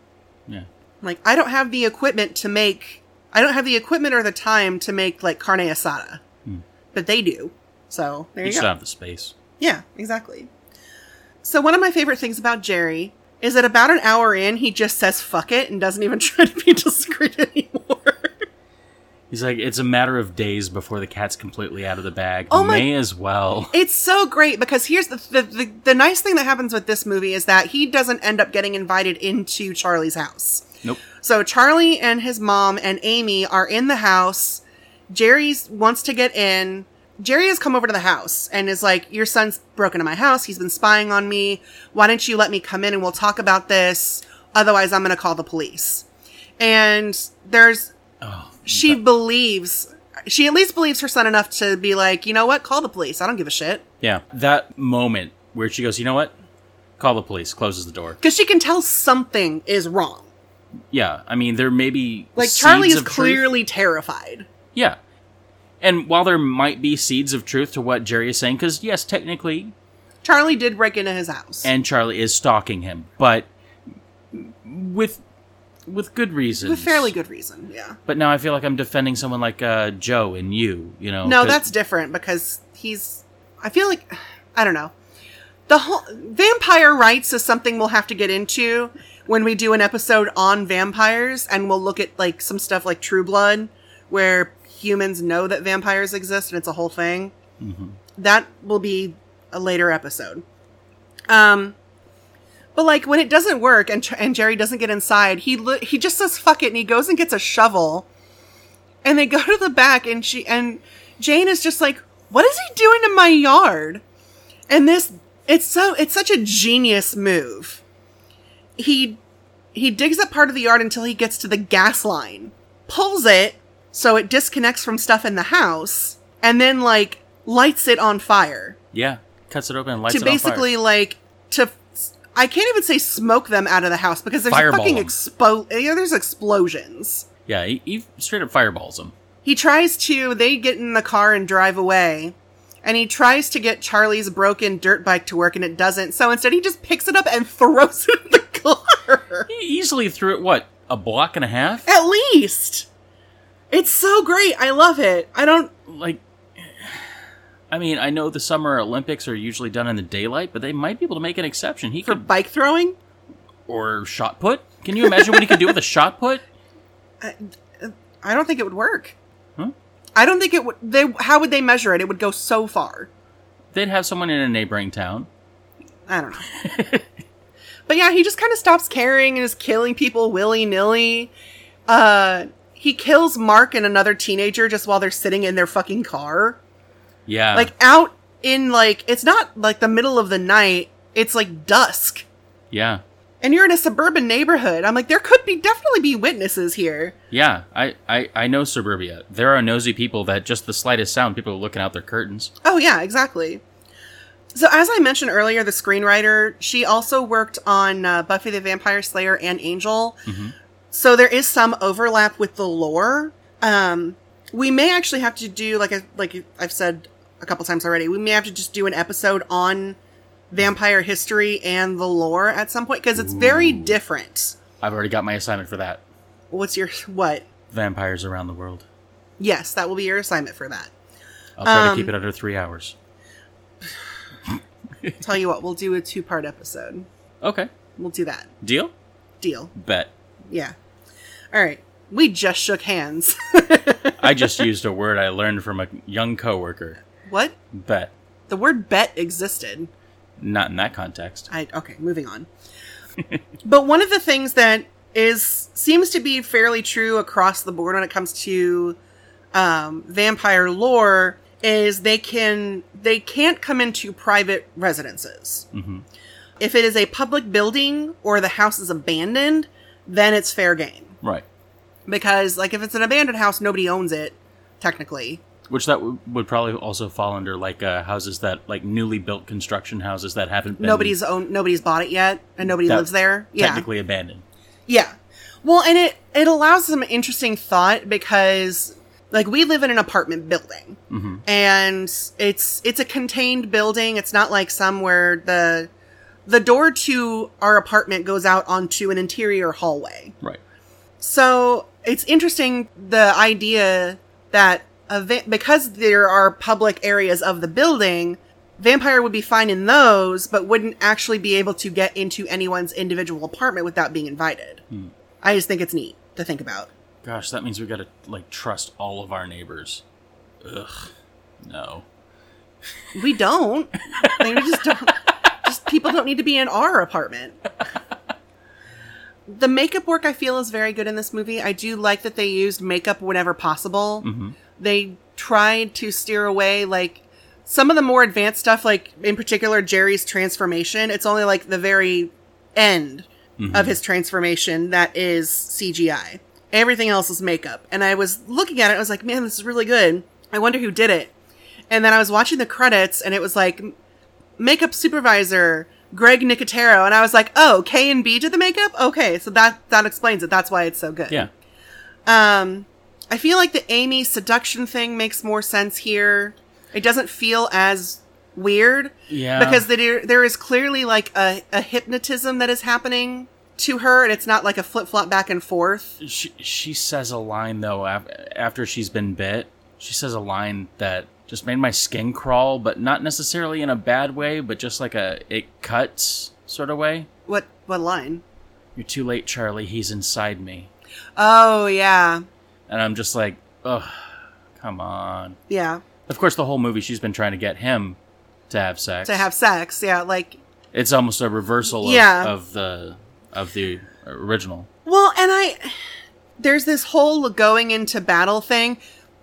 yeah. Like I don't have the equipment to make I don't have the equipment or the time to make like carne asada. Hmm. But they do. So there You you, just go. don't have the space. Yeah, exactly. So one of my favorite things about Jerry is that about an hour in he just says fuck it and doesn't even try to be discreet anymore. He's like, it's a matter of days before the cat's completely out of the bag. Oh my- May as well. It's so great because here's the the, the the nice thing that happens with this movie is that he doesn't end up getting invited into Charlie's house. Nope. So Charlie and his mom and Amy are in the house. Jerry wants to get in. Jerry has come over to the house and is like, "Your son's broken into my house. He's been spying on me. Why don't you let me come in and we'll talk about this? Otherwise, I'm going to call the police." And there's Oh, she believes she at least believes her son enough to be like, "You know what? Call the police. I don't give a shit." yeah. That moment where she goes, you know what? Call the police. Closes the door. Because she can tell something is wrong. Yeah, I mean there may be Like seeds Charlie is of truth. clearly terrified. Yeah. And while there might be seeds of truth to what Jerry is saying, because yes, technically, Charlie did break into his house. and Charlie is stalking him, but with with good reasons, with fairly good reason, yeah. But now I feel like I'm defending someone like uh, Joe and you. You know, No, 'cause- that's different because he's. I feel like I don't know. The whole vampire rights is something we'll have to get into when we do an episode on vampires, and we'll look at like some stuff like True Blood, where humans know that vampires exist, and it's a whole thing. Mhm. That will be a later episode. Um, but like when it doesn't work, and Ch- and Jerry doesn't get inside, he li- he just says fuck it, and he goes and gets a shovel and they go to the back and she and jane is just like what is he doing in my yard and this it's so it's such a genius move he he digs up part of the yard until he gets to the gas line pulls it so it disconnects from stuff in the house and then like lights it on fire yeah, cuts it open and lights to it on fire. basically like to i can't even say smoke them out of the house because there's a Fireball fucking them. expo- you know, there's explosions Yeah, he, he straight up fireballs him. He tries to, they get in the car and drive away. And he tries to get Charlie's broken dirt bike to work and it doesn't. So instead, he just picks it up and throws it in the car. He easily threw it, what, a block and a half? At least. It's so great. I love it. I don't. Like, I mean, I know the Summer Olympics are usually done in the daylight, but they might be able to make an exception. He For could, bike throwing? or shot put? Can you imagine what he could do with a shot put? I don't think it would work. Huh? I don't think it would. They how would they measure it? It would go so far. They'd have someone in a neighboring town. I don't know. but yeah, he just kind of stops caring and is killing people willy nilly. Uh, he kills Mark and another teenager just while they're sitting in their fucking car, Yeah. like out in like it's not like the middle of the night. It's like dusk, yeah. and you're in a suburban neighborhood. I'm like, there could be definitely be witnesses here. Yeah, I, I, I know suburbia. There are nosy people that just the slightest sound, people are looking out their curtains. Oh, yeah, exactly. So, as I mentioned earlier, the screenwriter, she also worked on uh, Buffy the Vampire Slayer and Angel. Mhm. So, there is some overlap with the lore. Um, we may actually have to do, like, I, like I've said a couple times already, we may have to just do an episode on vampire history and the lore at some point because it's very Ooh. different. I've already got my assignment for that. What's your what? Vampires around the world. Yes, that will be your assignment for that. I'll try Um, to keep it under three hours. Tell you what, we'll do a two part episode. Okay. We'll do that. Deal? Deal. Bet. Yeah. All right. We just shook hands. I just used a word I learned from a young coworker. what? Bet. The word bet existed. Not in that context. I okay, moving on. but one of the things that is seems to be fairly true across the board when it comes to um, vampire lore is they can they can't come into private residences. hmm If it is a public building or the house is abandoned, then it's fair game Right. because like if it's an abandoned house, nobody owns it technically. Which that w- would probably also fall under like uh, houses that like newly built construction houses that haven't been nobody's own nobody's bought it yet and nobody That- lives there yeah technically abandoned. yeah well and it it allows some interesting thought because like we live in an apartment building hmm and it's it's a contained building it's not like somewhere the the door to our apartment goes out onto an interior hallway Right. so it's interesting the idea that a va- because there are public areas of the building, vampire would be fine in those, but wouldn't actually be able to get into anyone's individual apartment without being invited. Hmm. I just think it's neat to think about. Gosh, that means we gotta like trust all of our neighbors. Ugh. No. We don't. Like, we just don't. Just people don't need to be in our apartment. The makeup work I feel is very good in this movie. I do like that they used makeup whenever possible. Mm-hmm. they tried to steer away like some of the more advanced stuff like in particular jerry's transformation it's only like the very end Mm-hmm. of his transformation that is cgi everything else is makeup and i was looking at it i was like man this is really good i wonder who did it and then i was watching the credits and it was like makeup supervisor greg nicotero and i was like oh k and b did the makeup okay so that that explains it that's why it's so good Yeah. um, I feel like the Amy seduction thing makes more sense here. It doesn't feel as weird Yeah. because there there is clearly like a, a hypnotism that is happening to her, and it's not like a flip flop back and forth. she, she says a line though af- after she's been bit. She says a line that just made my skin crawl, but not necessarily in a bad way, but just like a it cuts sort of way. What what line? You're too late, Charlie. He's inside me, Oh yeah, and I'm just like, ugh, come on. yeah. Of course, the whole movie she's been trying to get him to have sex. To have sex, yeah. Like it's almost a reversal of, Yeah. of the of the original. Well, and I there's this whole going into battle thing.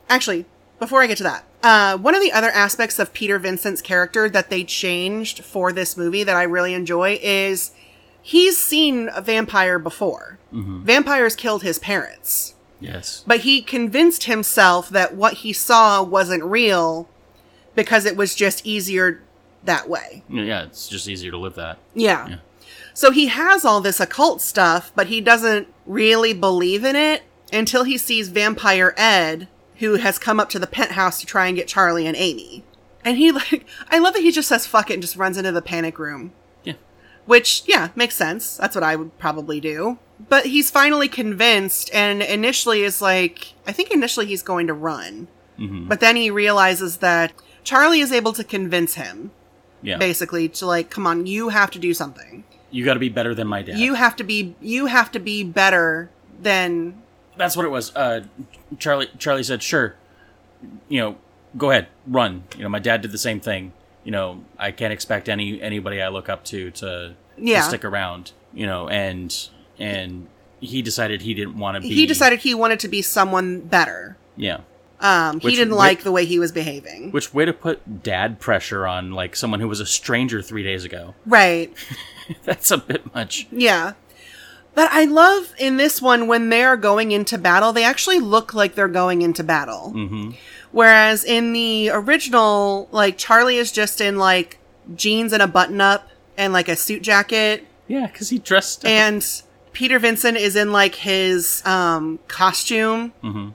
Actually, before I get to that, uh, one of the other aspects of Peter Vincent's character that they changed for this movie that I really enjoy is he's seen a vampire before. Mhm. Vampires killed his parents, Yes. but he convinced himself that what he saw wasn't real because it was just easier that way. Yeah, it's just easier to live that. Yeah. Yeah. So he has all this occult stuff, but he doesn't really believe in it until he sees Vampire Ed, who has come up to the penthouse to try and get Charlie and Amy. And he like I love that he just says fuck it and just runs into the panic room. Yeah. Which, yeah, makes sense. That's what I would probably do. But he's finally convinced and initially is like I think initially he's going to run. hmm But then he realizes that Charlie is able to convince him Yeah. basically to like come on, you have to do something. You got to be better than my dad. You have to be you have to be better than That's what it was. Uh, Charlie Charlie said, "Sure, you know, go ahead, run." You know, my dad did the same thing. You know, I can't expect any anybody I look up to to, yeah. to stick around. You know, and and he decided he didn't want to be. He decided he wanted to be someone better. yeah. Um, Which he didn't wi- like the way he was behaving. Which way to put dad pressure on like someone who was a stranger three days ago? right. That's a bit much. Yeah. But I love in this one when they're going into battle, they actually look like they're going into battle. hmm Whereas in the original, like Charlie is just in like jeans and a button up and like a suit jacket. Yeah, because he dressed. Up. And Peter Vincent is in like his um, costume. Mhm.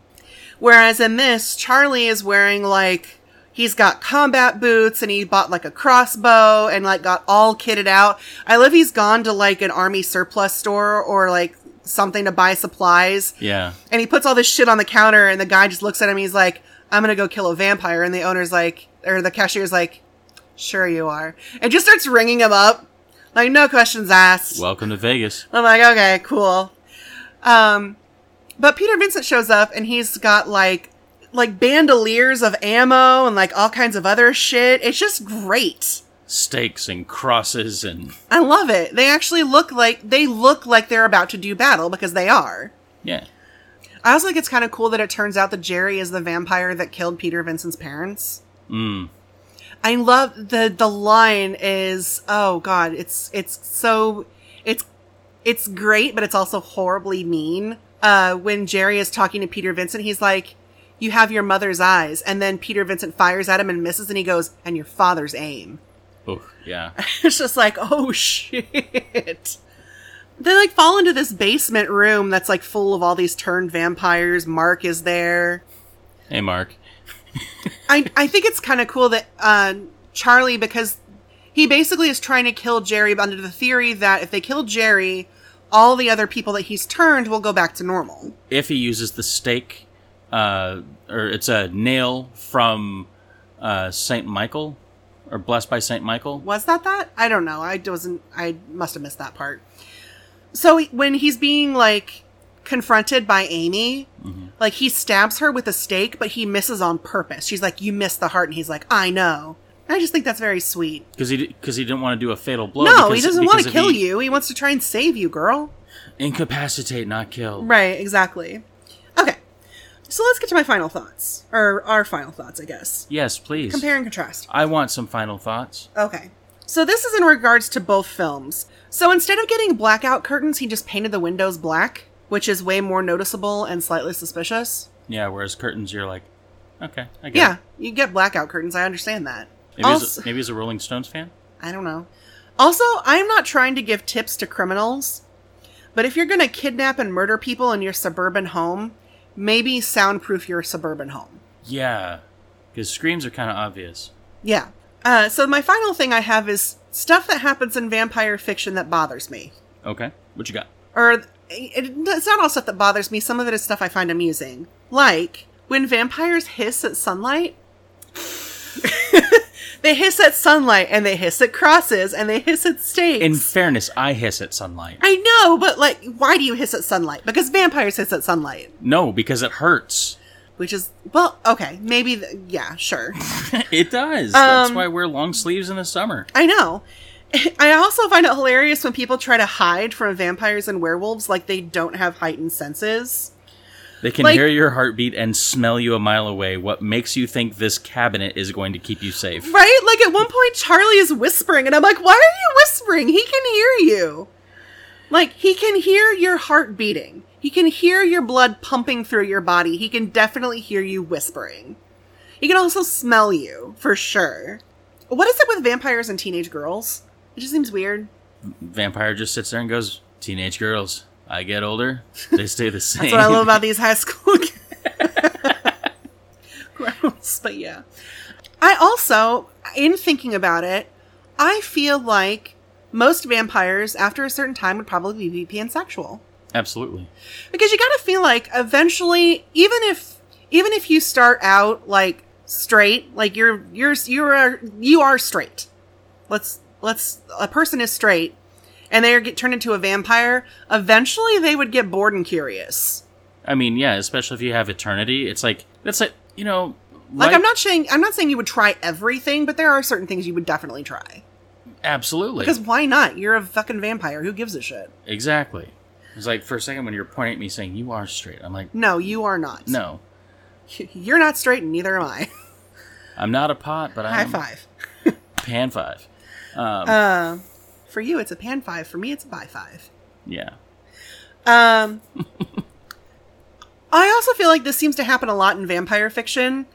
Whereas in this, Charlie is wearing like he's got combat boots and he bought like a crossbow and like got all kitted out. I love he's gone to like an army surplus store or like something to buy supplies Yeah. and he puts all this shit on the counter and the guy just looks at him and he's like, I'm gonna go kill a vampire and the owner's like or the cashier's like, Sure you are and just starts ringing him up. Like no questions asked. Welcome to Vegas. I'm like, okay, cool. Um, but Peter Vincent shows up and he's got like, like bandoliers of ammo and like all kinds of other shit. It's just great. Stakes and crosses and I love it. They actually look like they look like they're about to do battle because they are. yeah. I also think it's kind of cool that it turns out that Jerry is the vampire that killed Peter Vincent's parents. Mm. I love the the line is oh god it's it's so it's it's great but it's also horribly mean. Uh, when Jerry is talking to Peter Vincent, he's like, "You have your mother's eyes," and then Peter Vincent fires at him and misses, and he goes, "And your father's aim." Oh yeah. it's just like, oh shit. They like fall into this basement room that's like full of all these turned vampires. Mark is there. Hey Mark. I, I think it's kind of cool that uh, Charlie, because he basically is trying to kill Jerry under the theory that if they kill Jerry, all the other people that he's turned will go back to normal. if he uses the stake, uh, or it's a nail from uh, Saint Michael, or blessed by Saint Michael. Was that that? I don't know. I wasn't. I must have missed that part. So he- when he's being like confronted by Amy, Mhm. like he stabs her with a stake, but he misses on purpose. She's like, "You missed the heart," and he's like, "I know." And I just think that's very sweet. Because he because he didn't want to do a fatal blow. no, because- he doesn't because want to if kill he- you. He wants to try and save you, girl. Incapacitate, not kill. Right, exactly. Okay. So let's get to my final thoughts. Or our final thoughts, I guess. Yes, please. Compare and contrast. I want some final thoughts. Okay. So this is in regards to both films. So instead of getting blackout curtains, he just painted the windows black, which is way more noticeable and slightly suspicious. Yeah. Whereas curtains, you're like, okay, I get. Yeah, It. you get blackout curtains. I understand that. Maybe, he's Also- a, maybe he's a Rolling Stones fan. I don't know. Also, I'm not trying to give tips to criminals, but if you're going to kidnap and murder people in your suburban home, maybe soundproof your suburban home. Yeah. Because screams are kind of obvious. Yeah. Uh, so my final thing I have is stuff that happens in vampire fiction that bothers me, Okay. What you got? or it, it's not all stuff that bothers me. Some of it is stuff I find amusing, like when vampires hiss at sunlight. they hiss at sunlight, and they hiss at crosses, and they hiss at stakes. In fairness, I hiss at sunlight. I know, but like, why do you hiss at sunlight? Because vampires hiss at sunlight, No, because it hurts. which is well, okay, maybe, th- yeah, sure. it does. That's Um, why I wear long sleeves in the summer. I know. I also find it hilarious when people try to hide from vampires and werewolves like they don't have heightened senses. They can Like- hear your heartbeat and smell you a mile away. What makes you think this cabinet is going to keep you safe? Right? Like at one point, Charlie is whispering, and I'm like, why are you whispering? He can hear you. Like, he can hear your heart beating, he can hear your blood pumping through your body. He can definitely hear you whispering. He can also smell you, for sure. What is it with vampires and teenage girls? It just seems weird. Vampire just sits there and goes, "Teenage girls, I get older, they stay the same." That's what I love about these high school. gross, but yeah. I also, in thinking about it, I feel like most vampires after a certain time would probably be pansexual Absolutely. because you got to feel like eventually even if even if you start out like straight like you're you're you're a, you are straight let's let's a person is straight and they get turned into a vampire eventually they would get bored and curious I mean, yeah, especially if you have eternity. It's like that's like you know, like life- i'm not saying i'm not saying you would try everything but there are certain things you would definitely try absolutely because why not you're a fucking vampire who gives a shit exactly. It's like for a second when you're pointing at me saying you are straight, I'm like, no you are not no, you're not straight and neither am i I'm not a pot, but I'm high five pan five. Um, uh, for you it's a pan five for me it's a bi five yeah, Um, I also feel like this seems to happen a lot in vampire fiction,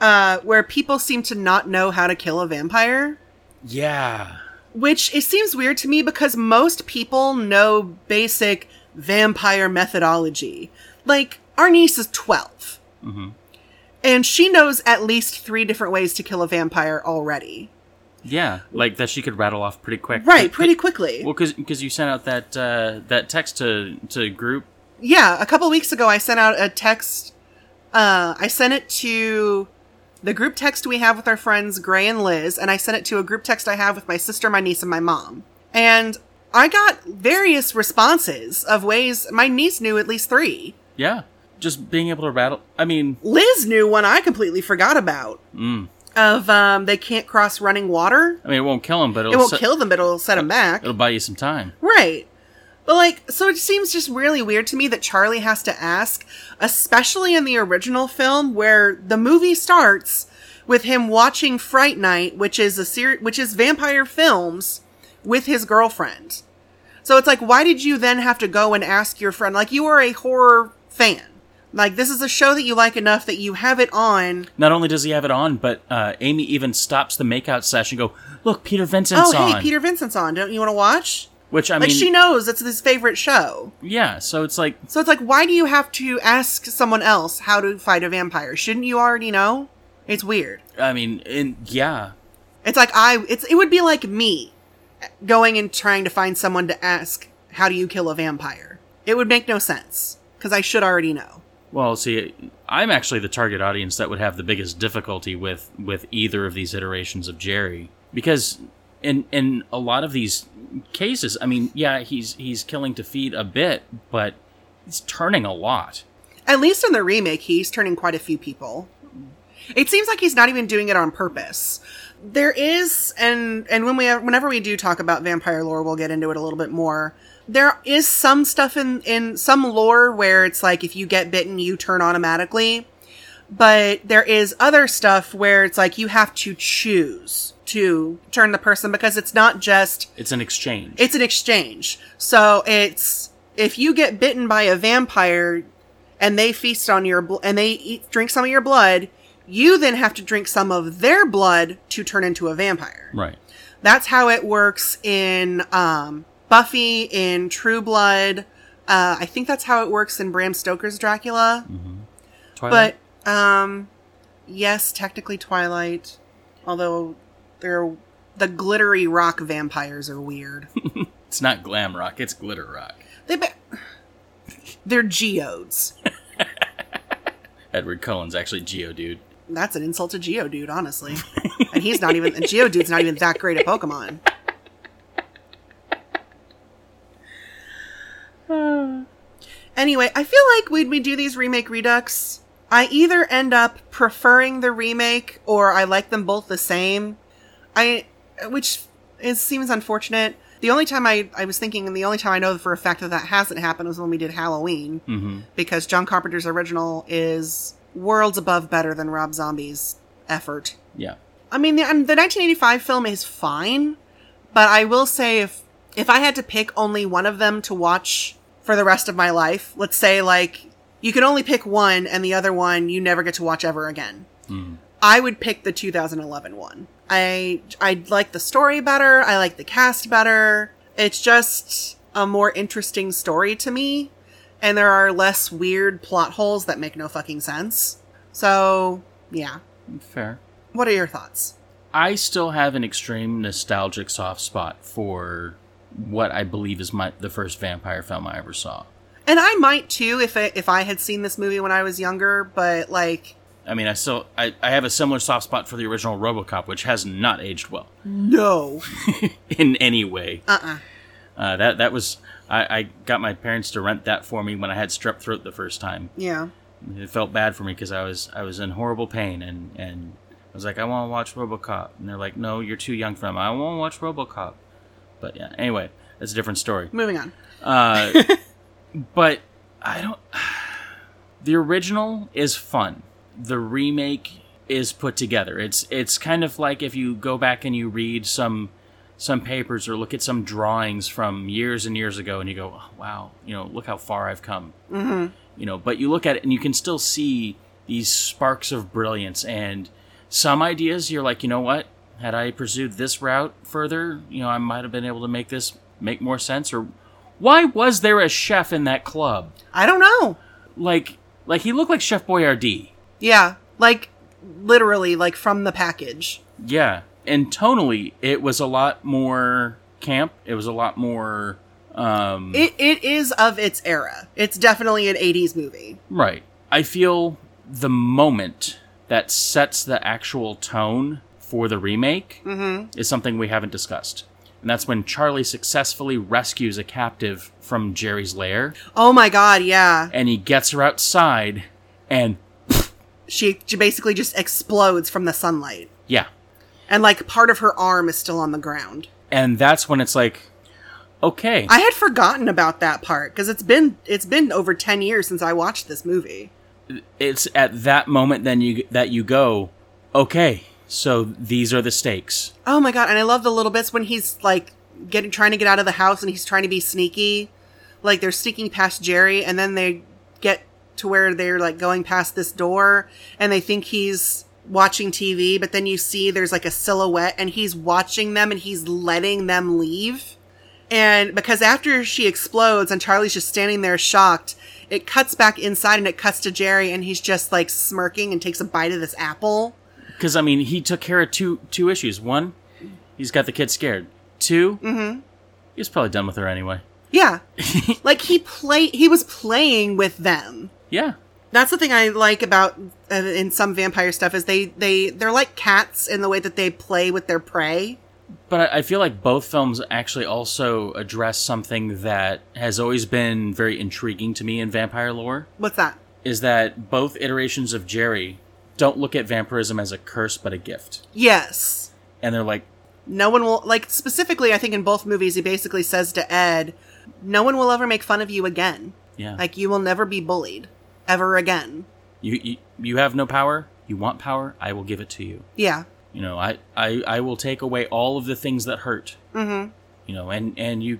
uh, where people seem to not know how to kill a vampire, yeah, which it seems weird to me because most people know basic vampire methodology. Like, our niece is 12, hmm and she knows at least three different ways to kill a vampire already. yeah. Like that she could rattle off pretty quick, Right, pretty quickly. Well, because you sent out that uh, that text to to group. yeah, a couple weeks ago, I sent out a text. Uh, I sent it to the group text we have with our friends Gray and Liz, and I sent it to a group text I have with my sister, my niece, and my mom. And I got various responses of ways my niece knew at least three. Yeah, just being able to rattle. I mean, Liz knew one I completely forgot about mm, of um, they can't cross running water. I mean, it won't kill him, but it'll It won't se- kill them, but it'll set them back. It'll buy you some time. Right. But like, so it seems just really weird to me that Charlie has to ask, especially in the original film where the movie starts with him watching Fright Night, which is a series, which is vampire films with his girlfriend. So it's like, why did you then have to go and ask your friend? Like, you are a horror fan. Like, this is a show that you like enough that you have it on. Not only does he have it on, but uh, Amy even stops the makeout session. and Go look, Peter Vincent's oh, on. hey, Peter Vincent's on. Don't you want to watch? Which I Like, mean, she knows it's his favorite show. yeah. So it's like, So it's like, why do you have to ask someone else how to fight a vampire? Shouldn't you already know? It's weird. I mean, and yeah, It's like I. It's it would be like me eh, going and trying to find someone to ask how do you kill a vampire. It would make no sense because I should already know. Well, see, I'm actually the target audience that would have the biggest difficulty with with either of these iterations of Jerry because in in a lot of these cases, I mean, yeah, he's he's killing to feed a bit, but he's turning a lot. At least in the remake, he's turning quite a few people. It seems like he's not even doing it on purpose. There is, and and when we whenever we do talk about vampire lore, we'll get into it a little bit more. There is some stuff in in some lore where it's like if you get bitten, you turn automatically. But there is other stuff where it's like you have to choose to turn the person because it's not just It's an exchange. it's an exchange. So it's if you get bitten by a vampire and they feast on your bl- and they eat, drink some of your blood, you then have to drink some of their blood to turn into a vampire. right. That's how it works in um, Buffy in True Blood. Uh, I think that's how it works in Bram Stoker's Dracula. Mm-hmm. Twilight. But um yes, technically Twilight, although they're the glittery rock vampires are weird. it's not glam rock. It's glitter rock. They be- they're geodes. Edward Cullen's actually Geodude. That's an insult to Geodude, honestly. And he's not even and Geodude's not even that great at Pokemon. Anyway, I feel like when we do these remake redux, I either end up preferring the remake or I like them both the same. I which is seems unfortunate. The only time I, I was thinking, and the only time I know for a fact that that hasn't happened was when we did Halloween. Mm-hmm. because John Carpenter's original is worlds above better than Rob Zombie's effort. Yeah. I mean, the, um, the 1985 film is fine, but I will say if if I had to pick only one of them to watch for the rest of my life, let's say like you can only pick one and the other one you never get to watch ever again. Mm. I would pick the 2011 one. I I like the story better. I like the cast better. It's just a more interesting story to me, and there are less weird plot holes that make no fucking sense. So Yeah. Fair. What are your thoughts? I still have an extreme nostalgic soft spot for what I believe is my the first vampire film I ever saw. And I might too if I, if I had seen this movie when I was younger, but like I mean, I still I, I have a similar soft spot for the original RoboCop, which has not aged well no. in any way. Uh-uh. Uh, that that was I, I got my parents to rent that for me when I had strep throat the first time. Yeah. It felt bad for me because I was I was in horrible pain and and I was like I want to watch RoboCop and they're like No, you're too young for them. I want to watch RoboCop, but yeah. Anyway, that's a different story. Moving on. Uh, but I don't. The original is fun. The remake is put together. It's it's kind of like if you go back and you read some some papers or look at some drawings from years and years ago, and you go, oh, "Wow, you know, look how far I've come." Mhm. You know, but you look at it and you can still see these sparks of brilliance and some ideas. You're like, you know what? Had I pursued this route further, you know, I might have been able to make this make more sense. Or why was there a chef in that club? I don't know. Like, like he looked like Chef Boyardee. Yeah. Like literally like from the package. Yeah, and tonally, it was a lot more camp. It was a lot more um, It it is of its era. It's definitely an 80s movie. Right. I feel the moment that sets the actual tone for the remake is something we haven't discussed. And that's when Charlie successfully rescues a captive from Jerry's lair Oh my god, yeah. and he gets her outside and She, she basically just explodes from the sunlight. yeah. And like part of her arm is still on the ground. And that's when it's like okay. I had forgotten about that part because it's been it's been over 10 years since I watched this movie. it's at that moment then you that you go okay. So these are the stakes. Oh my god! And I love the little bits when he's like getting trying to get out of the house and he's trying to be sneaky, like they're sneaking past Jerry, and then they get to where they're like going past this door, and they think he's watching TV, but then you see there's like a silhouette, and he's watching them, and he's letting them leave. And because after she explodes and Charlie's just standing there shocked, it cuts back inside and it cuts to Jerry and he's just like smirking and takes a bite of this apple. because I mean he took care of two two issues. One, he's got the kid scared. 2 he's probably done with her anyway. Yeah. like he play he was playing with them. Yeah, That's the thing I like about uh, in some vampire stuff is they they they're like cats in the way that they play with their prey. but I, I feel like both films actually also address something that has always been very intriguing to me in vampire lore. What's that? Is that both iterations of Jerry don't look at vampirism as a curse but a gift, Yes. and they're like, No one will like specifically I think in both movies he basically says to Ed, "No one will ever make fun of you again. yeah, Like you will never be bullied ever again." you, you you have no power. You want power? I will give it to you. Yeah. You know, I I, I will take away all of the things that hurt. Mhm. you know and and you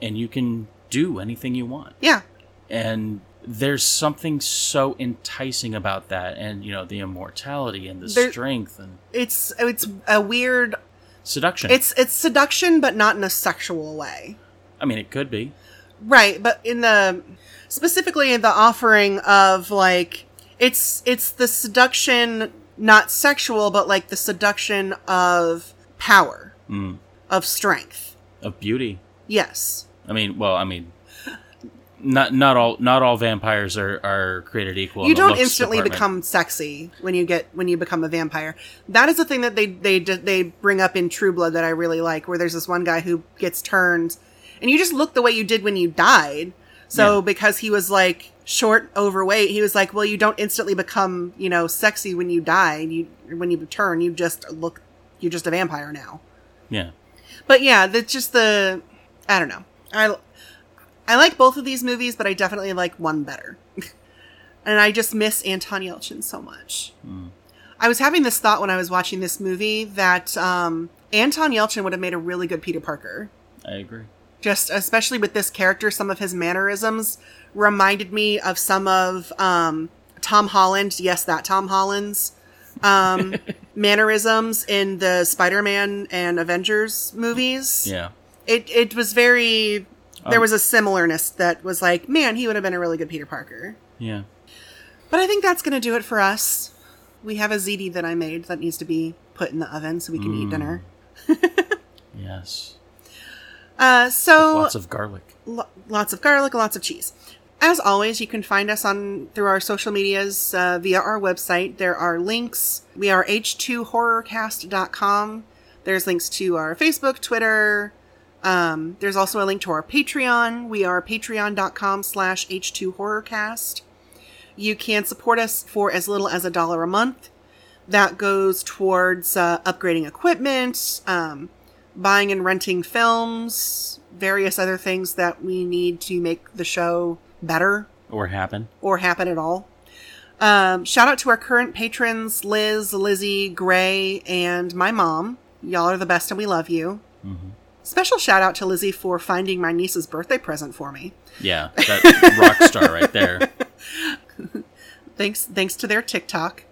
and you can do anything you want Yeah. and there's something so enticing about that and you know the immortality and the There- strength and It's it's a weird seduction it's it's seduction but not in a sexual way. i mean it could be Right, but in the specifically in the offering of like it's it's the seduction not sexual but like the seduction of power, mm, of strength. of beauty Yes. i mean well i mean not not all not all vampires are are created equal you in the don't looks instantly department. become sexy when you get when you become a vampire. That is the thing that they they d- they bring up in True Blood that I really like, where there's this one guy who gets turned, and you just look the way you did when you died. So Yeah. because he was like short, overweight, he was like, well, you don't instantly become you know sexy when you die. You when you turn, you just look, you're just a vampire now. yeah But yeah, that's just the I don't know. I I like both of these movies, but I definitely like one better. and I just miss Anton Yelchin so much. mm, I was having this thought when I was watching this movie that um, Anton Yelchin would have made a really good Peter Parker. i agree Just especially with this character, some of his mannerisms reminded me of some of um, Tom Holland. Yes, that Tom Holland's um, mannerisms in the Spider-Man and Avengers movies yeah it it was very there Um, was a similarness that was like man he would have been a really good peter parker yeah but i think that's gonna do it for us we have a ziti that I made that needs to be put in the oven so we can eat Mm. dinner. Yes. Uh, so Lots of garlic. lo- lots of garlic, lots of cheese. As always, you can find us on through our social medias uh, via our website. There are links. We are h2horrorcast.com. There's links to our Facebook, Twitter. Um, there's also a link to our Patreon. We are patreon.com slash h2horrorcast. You can support us for as little as a dollar a month. That goes towards uh, upgrading equipment, um, buying and renting films, various other things that we need to make the show better Or happen. or happen at all. Um, shout out to our current patrons, Liz, Lizzie, Gray, and my mom. Y'all are the best and we love you. Mhm. Special shout out to Lizzie for finding my niece's birthday present for me. Yeah, that rock star right there. thanks thanks to their TikTok.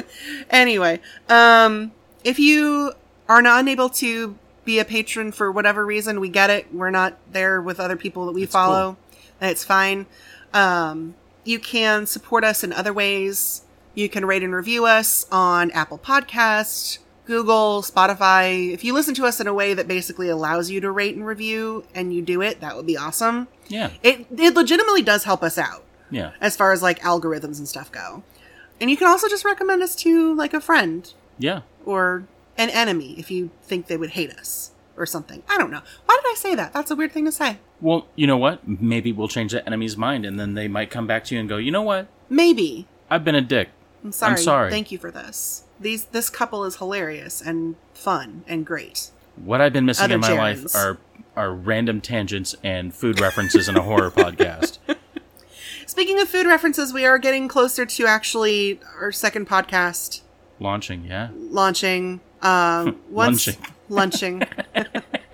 anyway, um, if you are not unable to be a patron for whatever reason, we get it. We're not there with other people that we It's follow. and It's fine. Um, you can support us in other ways. You can rate and review us on Apple Podcasts, Google, Spotify. If you listen to us in a way that basically allows you to rate and review and you do it, that would be awesome. Yeah, It, it legitimately does help us out yeah. as far as like algorithms and stuff go. And you can also just recommend us to like a friend Yeah. or an enemy if you think they would hate us or something. I don't know. Why did I say that? That's a weird thing to say. Well, you know what? Maybe we'll change the enemy's mind and then they might come back to you and go, you know what? Maybe. I've been a dick. I'm sorry. sorry. Thank you for this. These this couple is hilarious and fun and great. What I've been missing Other in my germs. life are are random tangents and food references in a horror podcast. Speaking of food references, we are getting closer to actually our second podcast Launching, yeah. launching. Um, once Lunching. lunching.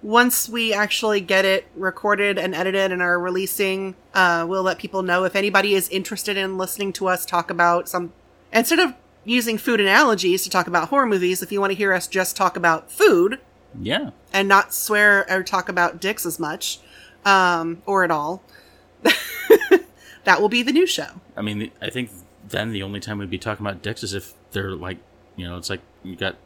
once we actually get it recorded and edited and are releasing, uh, we'll let people know if anybody is interested in listening to us talk about some. Instead of using food analogies to talk about horror movies, if you want to hear us just talk about food Yeah. and not swear or talk about dicks as much um, or at all, that will be the new show. I mean, I think then the only time we'd be talking about dicks is if they're like, you know, it's like you got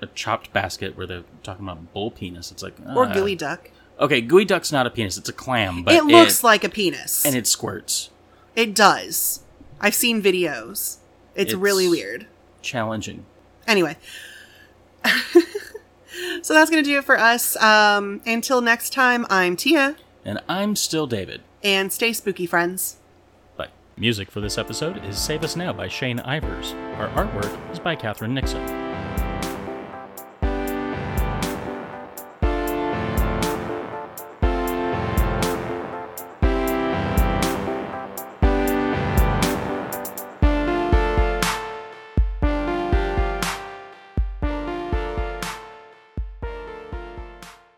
a chopped basket where they're talking about bull penis. It's like Or uh, gooey duck. Okay, gooey duck's not a penis; it's a clam, but It looks like a penis. and it squirts. It does. I've seen videos. It's, It's- really weird. Challenging. Anyway. so that's going to do it for us. Um, until next time, I'm Tia, And I'm still David. and stay spooky, friends. Bye. Music for this episode is Save Us Now by Shane Ivers. Our artwork is by Catherine Nixon.